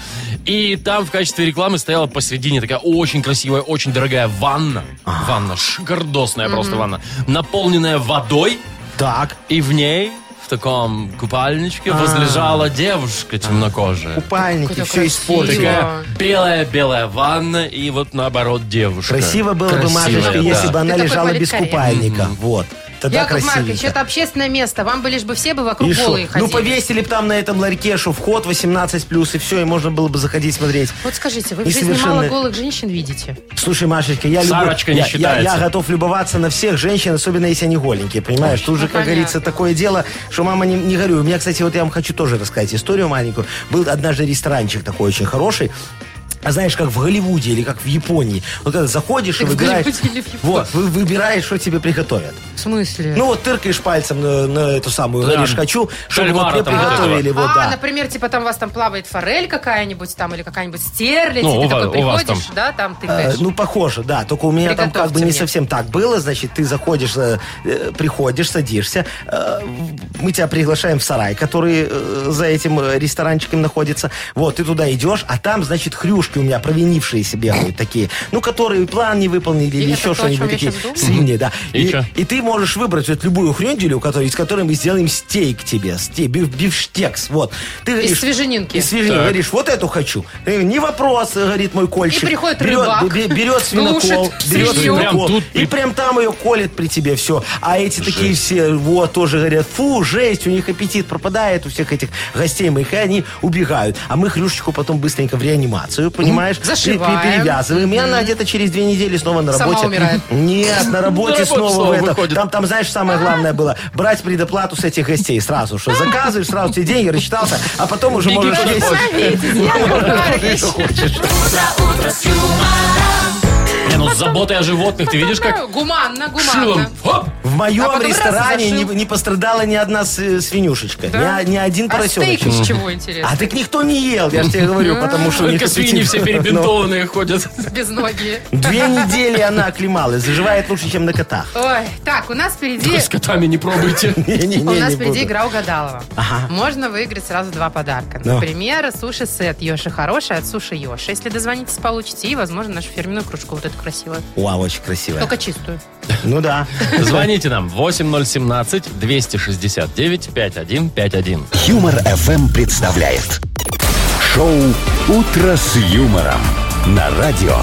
Speaker 2: И там в качестве рекламы стояла посередине такая очень красивая, очень дорогая ванна. Ванна, шикардосная просто ванна. Наполненная водой,
Speaker 4: Так. А.
Speaker 2: и в ней в таком купальничке возлежала девушка темнокожая.
Speaker 4: Купальники,
Speaker 3: Какой-то
Speaker 4: все
Speaker 3: красивый.
Speaker 4: испортили.
Speaker 2: Такая белая-белая ванна и вот наоборот девушка.
Speaker 4: Красиво было бы,
Speaker 2: Красивая,
Speaker 4: Машечка, если
Speaker 2: да.
Speaker 4: бы она
Speaker 3: Ты такой
Speaker 4: лежала без
Speaker 3: политкорректный.
Speaker 4: купальника. Вот. Тогда
Speaker 3: Яков Маркович,
Speaker 4: красивенько.
Speaker 3: это общественное место. Вам бы лишь бы все бы вокруг
Speaker 4: И шо?
Speaker 3: голые
Speaker 4: Ну,
Speaker 3: ходили.
Speaker 4: повесили бы там на этом ларьке, что вход 18 плюс, и все, и можно было бы заходить смотреть.
Speaker 3: Вот скажите, вы в
Speaker 4: И
Speaker 3: жизни мало
Speaker 4: совершенно-
Speaker 3: голых женщин видите?
Speaker 4: Слушай, Машечка, я,
Speaker 2: Сарочка
Speaker 4: люблю,
Speaker 2: не
Speaker 4: я- я,
Speaker 2: считается.
Speaker 4: я готов любоваться на всех женщин, особенно если они голенькие, понимаешь? Тут же,
Speaker 3: Ну,
Speaker 4: как
Speaker 3: понятно.
Speaker 4: говорится, такое дело, что мама не, не горюй. У меня, кстати, вот я вам хочу тоже рассказать историю маленькую. Был однажды ресторанчик такой очень хороший. А знаешь, как в Голливуде или как в Японии. Вот когда заходишь и
Speaker 3: Как в
Speaker 4: выбираешь...
Speaker 3: Голливуде или в Японии.
Speaker 4: вот, вы- выбираешь, что тебе приготовят.
Speaker 3: В смысле?
Speaker 4: Ну вот тыркаешь пальцем на, на эту самую,
Speaker 2: Да.
Speaker 4: говоришь, хочу, чтобы вот
Speaker 2: Кальмара
Speaker 4: мне
Speaker 2: там вот
Speaker 4: приготовили.
Speaker 3: а,
Speaker 4: Вот, да.
Speaker 3: например, типа там у вас там плавает форель какая-нибудь там или какая-нибудь стерлядь,
Speaker 2: Ну,
Speaker 3: и ты
Speaker 2: у ва-
Speaker 3: такой
Speaker 2: у вас
Speaker 3: приходишь,
Speaker 2: там.
Speaker 3: да, там ты
Speaker 4: Э,
Speaker 3: говоришь,
Speaker 4: Ну, похоже, да. Только у меня там
Speaker 3: Приготовьте
Speaker 4: как бы не
Speaker 3: мне.
Speaker 4: совсем так было. Значит, ты заходишь, э, э, приходишь, садишься. э, Мы тебя приглашаем в сарай, который э, за этим э, ресторанчиком находится. Вот, ты туда идешь, а там, значит, хрюшки у меня провинившиеся бегают такие. Ну, которые план не выполнили или
Speaker 3: это то,
Speaker 4: еще
Speaker 3: о чем
Speaker 4: что-нибудь
Speaker 3: я
Speaker 4: такие.
Speaker 3: щас думаю?
Speaker 4: Свиньи, да.
Speaker 2: И чё?
Speaker 4: и ты можешь выбрать вот любую хрюнделю, который, из которой мы сделаем стейк тебе. стей- биф- Бифштекс, вот. Ты
Speaker 3: из
Speaker 4: говоришь,
Speaker 3: свеженинки.
Speaker 4: и свеженин.
Speaker 2: Так.
Speaker 4: Говоришь, вот эту хочу. Ты, Не вопрос, э, говорит мой кольщик.
Speaker 3: И приходит
Speaker 4: берет,
Speaker 3: рыбак,
Speaker 4: бе- Берет свинокол.
Speaker 3: глушит
Speaker 4: Берет
Speaker 3: свинью.
Speaker 2: Прям
Speaker 4: свинокол.
Speaker 2: тут и-
Speaker 4: И прям там ее колет при тебе все. А эти такие все, вот, тоже говорят, фу, жесть, у них аппетит пропадает у всех этих гостей моих, и они убегают. А мы хрюшечку потом быстренько в реанимацию, понимаешь? Пе- пе-
Speaker 3: зашиваем.
Speaker 4: Перевязываем. И она где-то через две недели снова на
Speaker 3: Сама
Speaker 4: работе.
Speaker 3: умирает.
Speaker 4: Нет, на работе
Speaker 2: работу снова
Speaker 4: снова в это.
Speaker 2: выходит.
Speaker 4: Там, там, знаешь, самое главное было брать предоплату с этих гостей сразу, что заказываешь, сразу тебе деньги рассчитался, а потом уже можешь
Speaker 2: куда
Speaker 4: есть.
Speaker 2: Не, ну с заботой о животных, ты видишь, как
Speaker 3: Гуманно,
Speaker 2: шилом
Speaker 3: гуманно.
Speaker 2: хоп,
Speaker 4: В
Speaker 3: А
Speaker 4: моем
Speaker 3: потом раз и
Speaker 4: ресторане не,
Speaker 3: зашил.
Speaker 4: не пострадала ни одна с- э, свинюшечка,
Speaker 3: Да?
Speaker 4: ни а- ни, один
Speaker 3: А стейк М-м-м.
Speaker 4: поросеночек.
Speaker 3: из чего, интересно?
Speaker 4: А так никто не ел, я же тебе говорю, потому что у них
Speaker 2: только свиньи
Speaker 4: аппетит.
Speaker 2: все перебинтованные ходят.
Speaker 3: Без ноги.
Speaker 4: Ну, Две недели она оклемалась, заживает лучше, чем на котах.
Speaker 3: Ой, так, у нас впереди...
Speaker 2: С котами не пробуйте.
Speaker 4: Не-не-не,
Speaker 3: У нас
Speaker 4: не
Speaker 3: впереди
Speaker 4: буду.
Speaker 3: игра угадалова.
Speaker 4: Ага.
Speaker 3: Можно выиграть сразу два подарка.
Speaker 4: Ну.
Speaker 3: Например, суши-сет Йоши Хороший от Суши Йоши. Если дозвонитесь, получите. И, возможно, нашу фирменную кружку вот эту красивую.
Speaker 4: Вау, очень красивая.
Speaker 3: Только чистую.
Speaker 4: Ну да.
Speaker 2: Звоните нам 8017 269 5151.
Speaker 1: Юмор FM представляет шоу Утро с юмором на радио.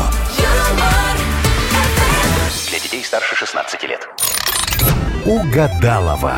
Speaker 6: Для детей старше 16 лет.
Speaker 1: Угадалова.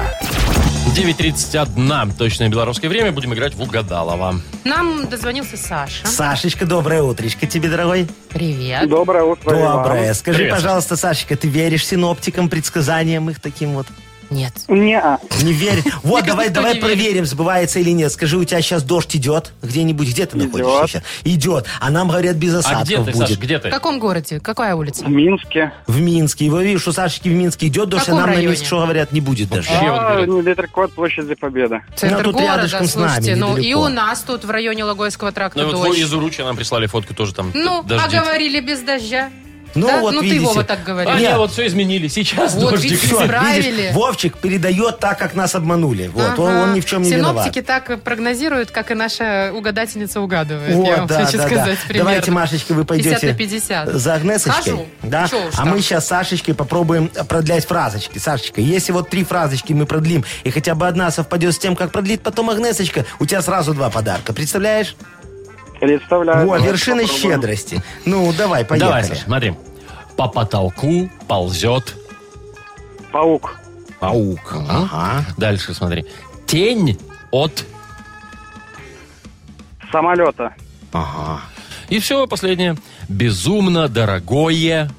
Speaker 2: 9.31. Точное белорусское время. Будем играть в Угадалова.
Speaker 3: Нам дозвонился Саша.
Speaker 4: Сашечка, доброе утречко тебе, дорогой.
Speaker 3: Привет.
Speaker 5: Доброе утро, Иван.
Speaker 4: Доброе. Скажи,
Speaker 2: Привет,
Speaker 4: пожалуйста, Сашечка, ты веришь синоптикам, предсказаниям их таким вот?
Speaker 3: Нет.
Speaker 7: Неа.
Speaker 4: Не верь. Вот, давай,
Speaker 3: никто не
Speaker 4: давай
Speaker 3: верит.
Speaker 4: проверим, сбывается или нет. Скажи, у тебя сейчас дождь идет где-нибудь? Где ты находишься
Speaker 5: Идет.
Speaker 4: сейчас? Идет. А нам говорят, без
Speaker 2: А где
Speaker 4: осадков
Speaker 2: ты, Саш,
Speaker 4: будет.
Speaker 2: где
Speaker 3: В
Speaker 2: ты?
Speaker 3: каком городе? Какая улица?
Speaker 7: В
Speaker 4: Ну,
Speaker 7: Минске.
Speaker 4: В Минске. И вы видишь, у Сашечки в Минске идет дождь, а
Speaker 3: каком
Speaker 4: нам на
Speaker 3: районе?
Speaker 4: Минск, что говорят, не будет
Speaker 2: Вообще.
Speaker 4: даже.
Speaker 2: Где вот
Speaker 7: А,
Speaker 2: говорят?
Speaker 7: недалеко от площади Победы.
Speaker 4: Ну,
Speaker 3: Центр
Speaker 4: тут
Speaker 3: города,
Speaker 4: рядышком с нами,
Speaker 3: слушайте. ну и
Speaker 4: недалеко.
Speaker 3: у нас тут в районе Логойского тракта
Speaker 2: Ну вот
Speaker 3: дождь.
Speaker 2: Во- из Уручья нам прислали фотку тоже там.
Speaker 3: Ну, а
Speaker 2: дождит.
Speaker 3: говорили без дождя.
Speaker 4: Ну,
Speaker 3: да?
Speaker 4: вот
Speaker 3: ну
Speaker 4: видите.
Speaker 3: ты, Вова, так
Speaker 2: А,
Speaker 3: говорил.
Speaker 2: не,
Speaker 4: Нет.
Speaker 2: вот все изменили. Сейчас
Speaker 3: Вот
Speaker 2: дождик.
Speaker 3: видите,
Speaker 4: Всё,
Speaker 3: Исправили.
Speaker 4: видишь, Вовчик передает так, как нас обманули. Вот,
Speaker 3: Ага.
Speaker 4: он, он ни в чем не
Speaker 3: Синоптики
Speaker 4: виноват.
Speaker 3: так прогнозируют, как и наша угадательница угадывает. я
Speaker 4: Вот,
Speaker 3: вам
Speaker 4: да,
Speaker 3: хочу
Speaker 4: да, да.
Speaker 3: сказать примерно.
Speaker 4: Давайте, Машечка, вы
Speaker 3: 50 на
Speaker 4: пойдете
Speaker 3: 50.
Speaker 4: за Агнесочкой.
Speaker 3: Хожу.
Speaker 4: Да?
Speaker 3: Чё уж
Speaker 4: А
Speaker 3: там.
Speaker 4: мы сейчас с Сашечкой попробуем э, продлять фразочки. Сашечка, если вот три фразочки мы продлим, и хотя бы одна совпадет с тем, как продлит потом Агнесочка, у тебя сразу два подарка. Представляешь?
Speaker 7: Представляю.
Speaker 4: Во, вершина
Speaker 7: Попробуем.
Speaker 4: щедрости. Ну, давай,
Speaker 2: Давай,
Speaker 4: поехали.
Speaker 2: Саш, смотри. По потолку ползет.
Speaker 7: Паук.
Speaker 4: Паук. Ага.
Speaker 2: Дальше смотри. Тень от...
Speaker 7: Самолета.
Speaker 4: Ага.
Speaker 2: И все, последнее. Безумно дорогое.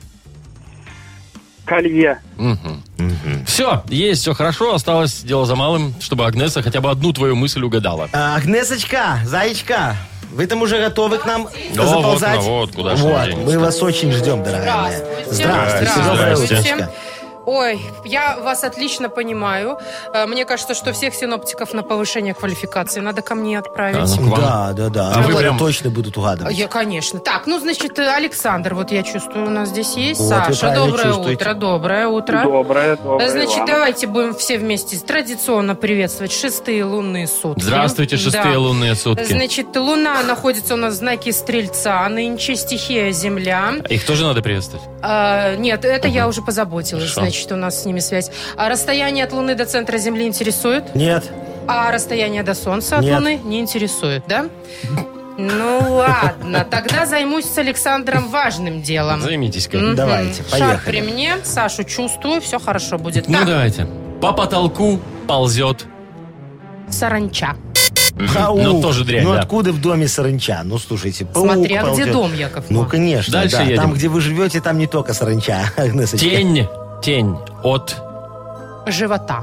Speaker 7: Колье.
Speaker 2: Все, есть, все хорошо. Осталось дело за малым, чтобы Агнеса хотя бы одну твою мысль угадала.
Speaker 4: А, Агнесочка, зайчка, вы там уже готовы к нам
Speaker 2: Да,
Speaker 4: заползать?
Speaker 2: вот, ну, вот, куда же
Speaker 4: Вот,
Speaker 2: вы денетесь-то?
Speaker 4: мы вас очень ждем, дорогая. моя.
Speaker 3: Здравствуйте.
Speaker 4: Здравствуйте. Доброе
Speaker 2: Здравствуйте.
Speaker 4: утречко.
Speaker 3: Ой, я вас отлично понимаю. Э, Мне кажется, что всех синоптиков на повышение квалификации надо ко мне отправить.
Speaker 2: А, ну, к вам.
Speaker 4: Да, да, да.
Speaker 2: А
Speaker 4: Они
Speaker 2: вы
Speaker 4: прям
Speaker 2: прям-
Speaker 4: точно будут угадывать.
Speaker 3: А Я, конечно. Так, ну, значит, э, Александр, вот я чувствую, у нас здесь есть.
Speaker 4: Вот, вы
Speaker 3: Саша,
Speaker 4: правильно
Speaker 3: доброе
Speaker 4: чувствуете.
Speaker 3: утро, доброе утро.
Speaker 7: Доброе, доброе.
Speaker 3: Значит,
Speaker 7: Иван.
Speaker 3: давайте будем все вместе традиционно приветствовать шестые лунные сутки.
Speaker 2: Здравствуйте, шестые
Speaker 3: Да.
Speaker 2: лунные сутки.
Speaker 3: Значит, Луна находится у нас в знаке Стрельца, нынче стихия Земля.
Speaker 2: Их тоже надо приветствовать.
Speaker 3: А, нет, это я уже позаботилась.
Speaker 2: Хорошо.
Speaker 3: Значит, значит, у нас с ними связь. А расстояние от Луны до центра Земли интересует?
Speaker 4: Нет.
Speaker 3: А расстояние до Солнца от
Speaker 4: Нет.
Speaker 3: Луны не интересует, да? Ну ладно, тогда займусь с Александром важным делом.
Speaker 2: Займитесь как.
Speaker 3: Мгм.
Speaker 4: Давайте,
Speaker 3: Шар при
Speaker 4: поехали.
Speaker 3: мне, Сашу чувствую, все хорошо будет.
Speaker 2: Ну
Speaker 3: Как?
Speaker 2: давайте. По потолку ползет.
Speaker 3: Саранча.
Speaker 4: Ау.
Speaker 2: Ну, тоже дрянь,
Speaker 4: Ну,
Speaker 2: да.
Speaker 4: откуда в доме саранча? Ну, слушайте, паук
Speaker 3: Смотря где
Speaker 4: ползет.
Speaker 3: дом, Яков
Speaker 4: Ну,
Speaker 3: Маркович.
Speaker 4: конечно,
Speaker 2: Дальше
Speaker 4: да.
Speaker 2: едем.
Speaker 4: Там, где вы живете, там не только саранча, Агнесочка.
Speaker 2: Тень. Тень от...
Speaker 3: Живота.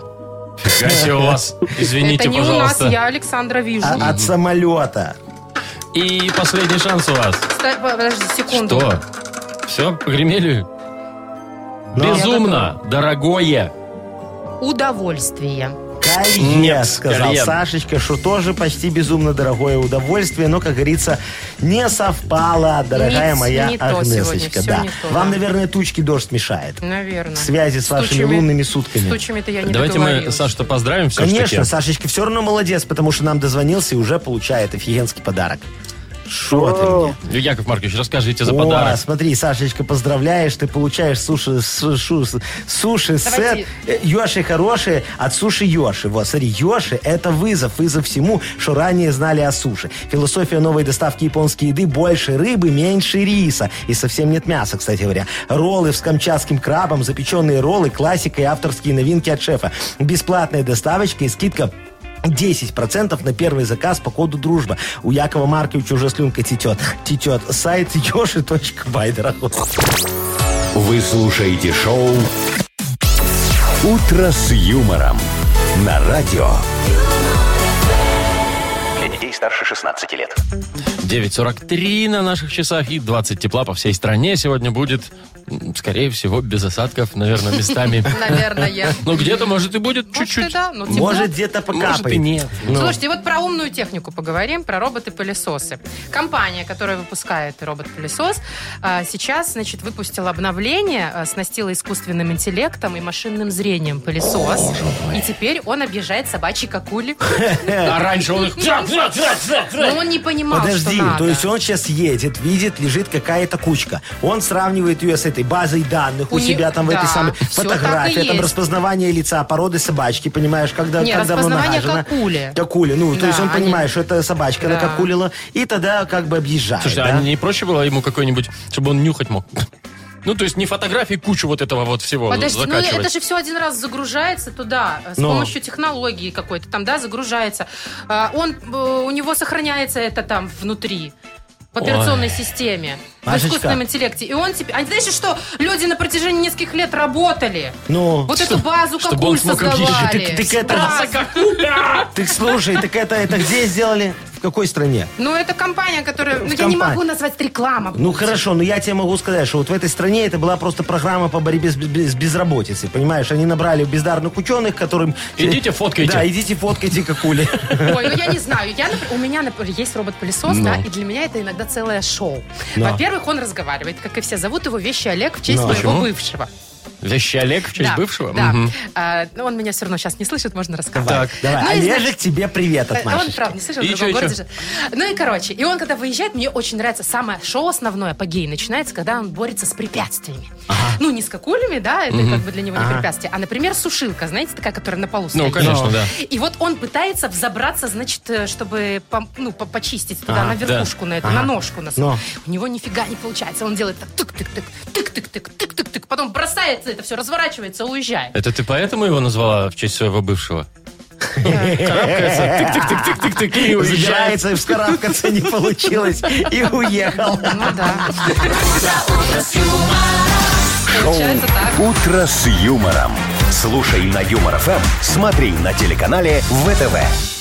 Speaker 2: Гаси у вас. Извините,
Speaker 3: Это не
Speaker 2: пожалуйста.
Speaker 3: у нас, я Александра вижу.
Speaker 4: А- от самолета.
Speaker 2: И последний шанс у вас.
Speaker 3: Ста- Подожди секунду.
Speaker 2: а. Что? Все, погремели? Безумно дорогое.
Speaker 3: Удовольствие.
Speaker 4: Калье,
Speaker 2: Нет,
Speaker 4: сказал
Speaker 2: кальян.
Speaker 4: Сашечка, что тоже почти безумно дорогое удовольствие, но, как говорится, не совпало, дорогая
Speaker 3: Не-
Speaker 4: моя
Speaker 3: не то сегодня,
Speaker 4: Агнесочка.
Speaker 3: всё
Speaker 4: да.
Speaker 3: не то,
Speaker 4: Вам,
Speaker 3: да.
Speaker 4: наверное, тучки дождь мешает.
Speaker 3: Наверное.
Speaker 4: В связи с вашими
Speaker 3: тучами-
Speaker 4: лунными
Speaker 3: С
Speaker 4: сутками.
Speaker 3: тучами-то я не
Speaker 2: Давайте мы
Speaker 3: договорилась.
Speaker 2: Саш-то поздравим все
Speaker 4: Конечно, Сашечка все равно молодец, потому что нам дозвонился и уже получает офигенский подарок. Что ты мне?
Speaker 2: Яков Маркович, расскажите за
Speaker 4: О,
Speaker 2: подарок.
Speaker 4: смотри, Сашечка, поздравляешь, ты получаешь суши, сушу- суши
Speaker 3: Давайте.
Speaker 4: сет э, Йоши хорошие от суши Йоши. Вот, смотри, Йоши – это вызов, вызов всему, что ранее знали о суши. Философия новой доставки японской еды – больше рыбы, меньше риса. И совсем нет мяса, кстати говоря. Роллы с камчатским крабом, запеченные роллы, классика и авторские новинки от шефа. Бесплатная доставочка и скидка 10% на первый заказ по коду «Дружба». У Якова Марковича уже слюнка течет. Течет. Сайт yoshi.by, дорогой.
Speaker 1: Вы слушаете шоу «Утро с юмором» на радио.
Speaker 6: Для детей старше 16 лет.
Speaker 2: 9.43 на наших часах и 20 тепла по всей стране сегодня будет, м, скорее всего, без осадков, наверное, местами.
Speaker 3: Наверное.
Speaker 2: Ну, где-то, может, и будет
Speaker 3: Может, и
Speaker 2: чуть-чуть.
Speaker 3: да, но тепло.
Speaker 4: Может, где-то покапает.
Speaker 2: Может, и нет. Ну,
Speaker 3: Слушайте, вот про умную технику поговорим, про роботы-пылесосы. Компания, которая выпускает робот-пылесос, а, сейчас, значит, выпустила обновление, а, снастила искусственным интеллектом и машинным зрением пылесос. И теперь он объезжает собачьи какули.
Speaker 2: А раньше он их...
Speaker 3: Но Ну, он не понимал, что
Speaker 4: Подожди,
Speaker 3: надо.
Speaker 4: то есть он сейчас едет, видит, лежит какая-то кучка. Он сравнивает ее с этой базой данных у,
Speaker 3: У не-
Speaker 4: себя там в
Speaker 3: да,
Speaker 4: этой самой
Speaker 3: всё так
Speaker 4: фотографии,
Speaker 3: и
Speaker 4: там
Speaker 3: есть.
Speaker 4: распознавание лица, породы собачки, понимаешь, когда,
Speaker 3: Не,
Speaker 4: как давно
Speaker 3: распознавание
Speaker 4: нагажена.
Speaker 3: какули.
Speaker 4: Какули, ну, то
Speaker 3: Да,
Speaker 4: есть он
Speaker 3: они-
Speaker 4: понимает, что это собачка
Speaker 3: Да.
Speaker 4: накакулила, и тогда как бы объезжает.
Speaker 2: Слушай,
Speaker 4: да?
Speaker 2: а не проще было ему какой-нибудь, чтобы он нюхать мог? Ну, то есть не фотографии, кучу вот этого вот всего
Speaker 3: Подожди, ну
Speaker 2: закачивать.
Speaker 3: это же все один раз загружается туда э, с
Speaker 4: Но.
Speaker 3: помощью технологии какой-то там, да, загружается. А, Он, э, у него сохраняется это там внутри в операционной
Speaker 2: Ой.
Speaker 3: системе, в
Speaker 4: Машечка.
Speaker 3: искусственном интеллекте. И он теперь... А знаешь, что люди на протяжении нескольких лет работали?
Speaker 4: Ну,
Speaker 3: Вот эту базу
Speaker 2: чтобы
Speaker 3: какую
Speaker 2: он смог объездить.
Speaker 3: создавали.
Speaker 4: Так- так это-
Speaker 3: Базу.
Speaker 4: ты слушай, так это, это где сделали? В какой стране?
Speaker 3: Ну, это компания, которая... Ну, я не
Speaker 4: компании.
Speaker 3: могу назвать это реклама.
Speaker 4: Ну хорошо, но я тебе могу сказать, что вот в этой стране это была просто программа по борьбе с, без- с безработицей. Понимаешь, они набрали бездарных ученых, которым...
Speaker 2: Идите, фоткайте.
Speaker 4: Да, идите фоткайте какули.
Speaker 3: Ой, ну я не знаю. Я, напр- у меня например, есть робот-пылесос, да,
Speaker 2: Ну.
Speaker 3: и для меня это иногда целое шоу.
Speaker 4: Да.
Speaker 3: Во-первых, он разговаривает, как и все. Зовут его Вещи Олег в честь
Speaker 4: Да.
Speaker 3: моего
Speaker 2: Ну, а Почему?
Speaker 3: бывшего.
Speaker 2: Вещи Олег в честь
Speaker 3: Да,
Speaker 2: бывшего?
Speaker 3: Да.
Speaker 2: Мгм.
Speaker 3: А, ну, он меня все равно сейчас не слышит, можно рассказать.
Speaker 4: Так, давай.
Speaker 3: Ну и,
Speaker 4: Олежек,
Speaker 3: значит,
Speaker 4: тебе привет
Speaker 3: Э,
Speaker 4: от
Speaker 3: Он,
Speaker 4: Машечки.
Speaker 3: правда, не слышал,
Speaker 2: И
Speaker 3: в другом
Speaker 2: чё, и
Speaker 3: городе
Speaker 2: чё?
Speaker 3: же. Ну и короче, и он, когда выезжает, мне очень нравится самое шоу основное по геи начинается, когда он борется с препятствиями. Ну, не с какулями, да, это как бы для него не препятствие, а, например, сушилка, знаете, такая, которая на полу стоит.
Speaker 2: Ну, конечно, да.
Speaker 3: И вот он пытается взобраться, значит, э, чтобы пом- ну, по- почистить туда,
Speaker 4: А,
Speaker 3: на верхушку, на эту, на ножку. На...
Speaker 4: Но.
Speaker 3: У него нифига не получается. Он делает так, тык-тык-тык, тык-тык-тык, тык-тык-тык, потом бросается это все, разворачивается, уезжает.
Speaker 2: Это ты поэтому его назвала в честь своего бывшего? Карабкается, тык-тык-тык-тык-тык, и уезжает.
Speaker 4: Забирается, и вскарабкаться не получилось, и уехал.
Speaker 3: Ну да.
Speaker 1: Шоу
Speaker 3: Получается так.
Speaker 1: «Утро с юмором». Слушай на Юмор ФМ, смотри на телеканале ВТВ.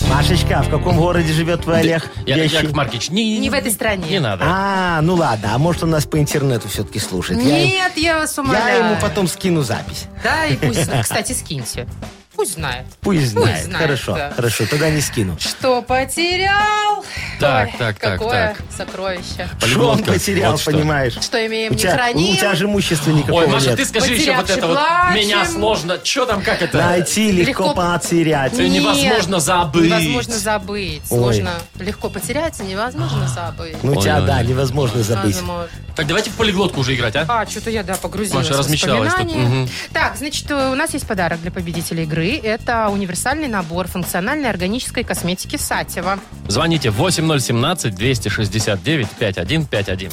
Speaker 4: Машечка, а в каком городе живет твой Олег?
Speaker 2: Я-
Speaker 4: Вещи.
Speaker 2: Яков Маркич, не...
Speaker 3: Не в этой стране.
Speaker 2: Не надо.
Speaker 4: А, ну ладно, а может он нас по интернету все-таки слушает? Я им-
Speaker 3: Нет, я вас
Speaker 4: Я
Speaker 3: умоляю.
Speaker 4: ему потом скину запись.
Speaker 3: Да, и пусть... зна- Кстати, скиньте. Пусть знает.
Speaker 4: Пусть знает.
Speaker 3: знает,
Speaker 4: Хорошо,
Speaker 3: да.
Speaker 4: хорошо, тогда не скину.
Speaker 3: Что потерял,
Speaker 2: Так,
Speaker 3: Ой,
Speaker 2: так, так,
Speaker 3: Какое
Speaker 2: так.
Speaker 3: сокровище.
Speaker 4: Что он
Speaker 2: Полиглотка.
Speaker 4: потерял,
Speaker 2: Вот что.
Speaker 4: понимаешь?
Speaker 3: Что имеем,
Speaker 4: У
Speaker 3: не
Speaker 4: тебя, у
Speaker 3: храним.
Speaker 4: тебя же имущества никакого
Speaker 2: Ой, Маша,
Speaker 4: нет.
Speaker 2: ты скажи еще вот это вот.
Speaker 3: Потерявший
Speaker 2: Меня
Speaker 3: плачем.
Speaker 2: сложно. Че там, как это?
Speaker 4: Найти легко,
Speaker 3: легко
Speaker 4: потерять.
Speaker 2: Ты невозможно забыть.
Speaker 3: Невозможно забыть.
Speaker 4: Ой.
Speaker 3: Сложно. Легко потеряться, невозможно забыть.
Speaker 4: Ну
Speaker 2: Ой,
Speaker 4: тебя,
Speaker 2: ой,
Speaker 4: да,
Speaker 2: ой.
Speaker 4: невозможно забыть.
Speaker 3: Возможно.
Speaker 2: Так давайте в полиглотку уже играть, а?
Speaker 3: А, что-то я, да, погрузилась
Speaker 2: Маша
Speaker 3: в
Speaker 2: размечталась тут.
Speaker 3: воспоминания.
Speaker 2: Мгм.
Speaker 3: Так, значит, э, у нас есть подарок для победителя игры. Это универсальный набор функциональной органической косметики Сатева.
Speaker 2: Звоните 8017-269-5151.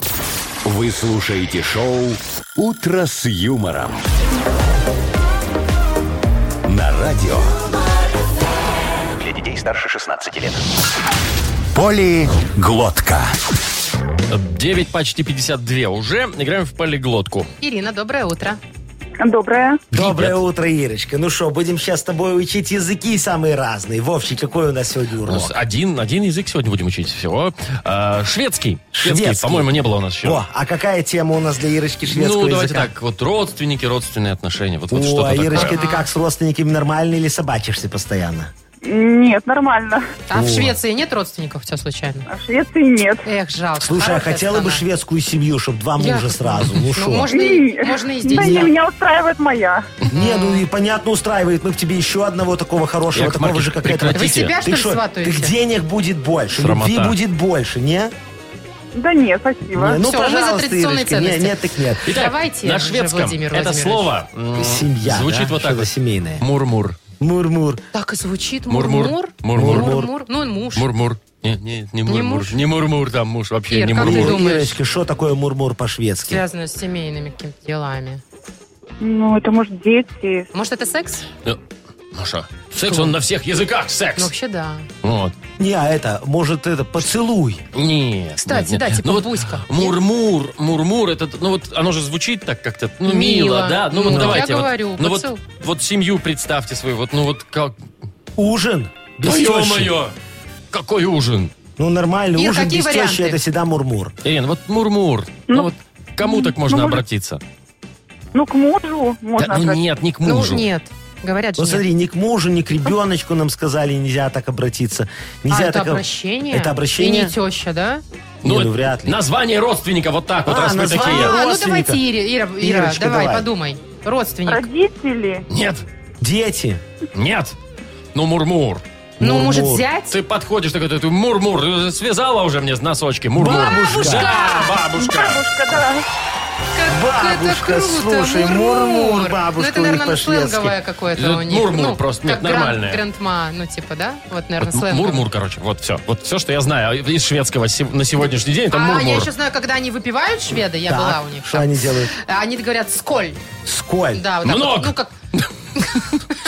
Speaker 1: Вы слушаете шоу «Утро с юмором». На радио
Speaker 6: Для детей старше 16 лет.
Speaker 1: «Полиглотка».
Speaker 2: 9 почти 52 уже. Играем в полиглотку.
Speaker 3: Ирина, доброе утро.
Speaker 7: Доброе.
Speaker 4: Доброе утро, Ирочка. Ну что, будем сейчас с тобой учить языки самые разные. Вовчик, какой у нас сегодня
Speaker 2: У нас
Speaker 4: урок?
Speaker 2: один, один язык сегодня будем учить всего. А, шведский. шведский.
Speaker 4: Шведский.
Speaker 2: По-моему, не было у нас еще.
Speaker 4: О, а какая тема у нас для Ирочки шведского
Speaker 2: ну, давайте
Speaker 4: языка?
Speaker 2: так. Вот родственники, родственные отношения. Вот, вот
Speaker 4: О, а
Speaker 2: что-то такое.
Speaker 4: Ирочка, ты как с родственниками нормально или собачишься постоянно?
Speaker 7: Нет, нормально.
Speaker 3: А в Швеции нет родственников у тебя случайно?
Speaker 7: А в Швеции нет.
Speaker 3: Эх, жалко.
Speaker 4: Слушай, а
Speaker 3: Хорошая
Speaker 4: хотела бы
Speaker 3: страна.
Speaker 4: шведскую семью, чтобы два
Speaker 3: Я-
Speaker 4: мужа сразу. Ну
Speaker 3: Ну,
Speaker 4: что?
Speaker 3: можно и, можно и здесь.
Speaker 7: Да не, меня устраивает моя.
Speaker 4: Не, ну и понятно устраивает. Мы к тебе еще одного такого хорошего,
Speaker 2: Яков
Speaker 4: такого
Speaker 2: Маркович,
Speaker 4: же, как это.
Speaker 2: прекратите.
Speaker 3: Вы себя, что
Speaker 4: Ты
Speaker 3: ли,
Speaker 4: шо,
Speaker 3: сватаете?
Speaker 4: Ты денег будет больше,
Speaker 2: Срамота.
Speaker 4: любви будет больше, не?
Speaker 7: Да нет,
Speaker 4: Не,
Speaker 7: спасибо.
Speaker 4: ну,
Speaker 3: Всё, мы за
Speaker 4: пожалуйста,
Speaker 3: традиционные
Speaker 4: Ирочка. Не,
Speaker 3: ценности.
Speaker 4: нет, так нет.
Speaker 2: Итак,
Speaker 3: Давайте
Speaker 2: на
Speaker 3: уже,
Speaker 2: шведском
Speaker 3: Владимир
Speaker 2: это
Speaker 3: Владимирович.
Speaker 2: слово м,
Speaker 4: Семья,
Speaker 2: звучит
Speaker 4: да?
Speaker 2: вот так
Speaker 4: Что-то
Speaker 2: вот.
Speaker 4: семейное.
Speaker 2: Мур-мур.
Speaker 4: Мур-мур.
Speaker 3: Так и звучит.
Speaker 2: Мур-мур.
Speaker 3: Мурмур.
Speaker 2: Мур-мур.
Speaker 3: Мур-мур. Ну, он муж.
Speaker 2: Мур-мур. Не, не, не мур-мур.
Speaker 3: муж?
Speaker 2: Не мур-мур там муж. Вообще
Speaker 3: Ир,
Speaker 2: не
Speaker 3: как ты
Speaker 2: мур-мур.
Speaker 3: думаешь?
Speaker 4: Ирочка, что такое мур-мур по-шведски?
Speaker 3: Связанную с семейными какими-то делами.
Speaker 7: Ну, это может дети.
Speaker 3: Может, это секс?
Speaker 2: Ну, Маша, секс, он на всех языках секс.
Speaker 3: Ну, вообще, да.
Speaker 2: Вот.
Speaker 4: Не, а это, может, это, поцелуй.
Speaker 2: Нет. нет,
Speaker 3: Кстати,
Speaker 2: нет.
Speaker 3: да, типа
Speaker 2: Ну вот
Speaker 3: буська.
Speaker 2: Мурмур, мурмур, это, ну вот оно же звучит так как-то, ну мило,
Speaker 3: Мило.
Speaker 2: да? Ну вот
Speaker 3: Ну, я
Speaker 2: давайте. вот,
Speaker 3: говорю,
Speaker 2: ну, вот,
Speaker 3: поцел-
Speaker 2: вот семью представьте свою, вот, ну вот как...
Speaker 4: Ужин. Без
Speaker 2: Твое
Speaker 4: тещи.
Speaker 2: мое! Какой ужин?
Speaker 4: Ну, нормально,
Speaker 3: Ир,
Speaker 4: ужин
Speaker 3: какие
Speaker 4: без тещи
Speaker 3: варианты?
Speaker 4: это всегда мур-мур.
Speaker 2: Ирина, вот мурмур. Ну,
Speaker 7: Ну,
Speaker 2: вот кому так можно
Speaker 7: ну, может,
Speaker 2: обратиться?
Speaker 7: Ну, к мужу
Speaker 2: Да,
Speaker 7: можно
Speaker 2: ну
Speaker 7: обратиться.
Speaker 2: нет, не к
Speaker 3: Ну,
Speaker 2: мужу.
Speaker 3: нет. Говорят же,
Speaker 4: Ну,
Speaker 3: нет.
Speaker 4: смотри, ни к мужу, ни к ребеночку нам сказали, нельзя так обратиться. Нельзя
Speaker 3: а, это
Speaker 4: так...
Speaker 3: обращение?
Speaker 4: Это обращение?
Speaker 3: И не теща, да?
Speaker 4: Не, ну, вряд ли.
Speaker 2: Название родственника, вот так вот,
Speaker 4: А,
Speaker 2: раз мы
Speaker 4: название
Speaker 2: такие.
Speaker 3: А, ну
Speaker 4: родственника.
Speaker 3: давайте, Ира, Ира, Ира,
Speaker 4: Ирочка,
Speaker 3: давай,
Speaker 4: давай.
Speaker 3: подумай. Родственник.
Speaker 7: Родители.
Speaker 2: Нет,
Speaker 4: Дети.
Speaker 2: нет. Ну, мурмур.
Speaker 3: Ну, может,
Speaker 4: Мур-мур.
Speaker 3: взять?
Speaker 2: Ты подходишь такой, ты мурмур, связала уже мне носочки. Мурмур.
Speaker 4: Бабушка.
Speaker 2: Да, бабушка.
Speaker 7: Бабушка, да.
Speaker 3: Как это
Speaker 4: Бабушка,
Speaker 3: круто,
Speaker 4: слушай, мур-мур, бабушка
Speaker 3: Ну, это,
Speaker 4: у них
Speaker 3: наверное,
Speaker 4: по-шведски.
Speaker 3: сленговое какое-то
Speaker 2: Это
Speaker 3: у них.
Speaker 2: мур-мур
Speaker 3: ну,
Speaker 2: просто, нет,
Speaker 3: как гран-
Speaker 2: нормальное.
Speaker 3: Грандма, ну, типа, да? Вот,
Speaker 2: Вот
Speaker 3: наверное,
Speaker 2: м-
Speaker 3: сленговое.
Speaker 2: Мурмур, короче, вот все. Вот все, что я знаю из шведского се- на сегодняшний день, это
Speaker 3: а, я
Speaker 2: мурмур.
Speaker 3: еще знаю, когда они выпивают шведы, я
Speaker 4: Так,
Speaker 3: была у них.
Speaker 4: Что
Speaker 3: там.
Speaker 4: они делают?
Speaker 3: Они говорят «сколь».
Speaker 4: Сколь.
Speaker 3: Да, вот так вот.
Speaker 2: Много.
Speaker 3: Ну, как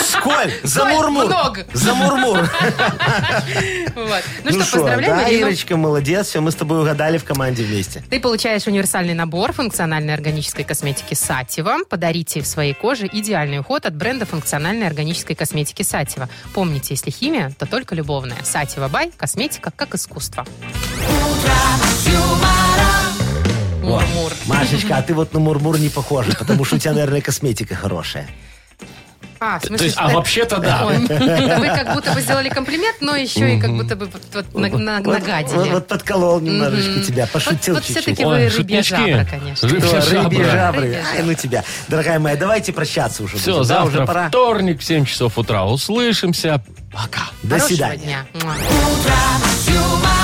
Speaker 4: Сколь. За
Speaker 3: Сколь,
Speaker 4: мурмур.
Speaker 3: много.
Speaker 4: За мурмур.
Speaker 3: Вот. Ну, что,
Speaker 4: шо,
Speaker 3: поздравляем,
Speaker 4: Да,
Speaker 3: Ирину.
Speaker 4: Ирочка, молодец. Все, мы с тобой угадали в команде вместе.
Speaker 3: Ты получаешь универсальный набор функциональной органической косметики Сатева. Подарите в своей коже идеальный уход от бренда функциональной органической косметики Сатева. Помните, если химия, то только любовная. Сатева Бай. Косметика как искусство. Мур-мур.
Speaker 4: Машечка, а ты вот на мурмур не похожа, потому что у тебя, наверное, косметика хорошая.
Speaker 3: А, в
Speaker 2: То
Speaker 3: смысле,
Speaker 2: есть, а
Speaker 3: что-
Speaker 2: вообще-то да.
Speaker 3: Ой, да вы как будто бы сделали комплимент, но еще и как будто бы вот- вот на- на-
Speaker 4: Вот- Вот,
Speaker 3: нагадили.
Speaker 4: вот подколол немножечко
Speaker 3: Мгм.
Speaker 4: тебя, пошутил
Speaker 3: Вот- вот
Speaker 4: чуть-чуть.
Speaker 3: все-таки вы
Speaker 2: Ой,
Speaker 3: рыбья
Speaker 2: шутнички.
Speaker 3: жабра, конечно.
Speaker 2: Рыбья
Speaker 4: Что,
Speaker 2: жабра.
Speaker 4: рыбьи жабры.
Speaker 3: Рыбья
Speaker 4: Ай, ну тебя. Дорогая моя, давайте прощаться уже.
Speaker 2: Все,
Speaker 4: будем, да,
Speaker 2: завтра
Speaker 4: уже пора.
Speaker 2: вторник в 7 часов утра услышимся. Пока.
Speaker 4: До
Speaker 3: Хорошего
Speaker 4: свидания.
Speaker 3: дня. Муа.
Speaker 8: Утро с юмором.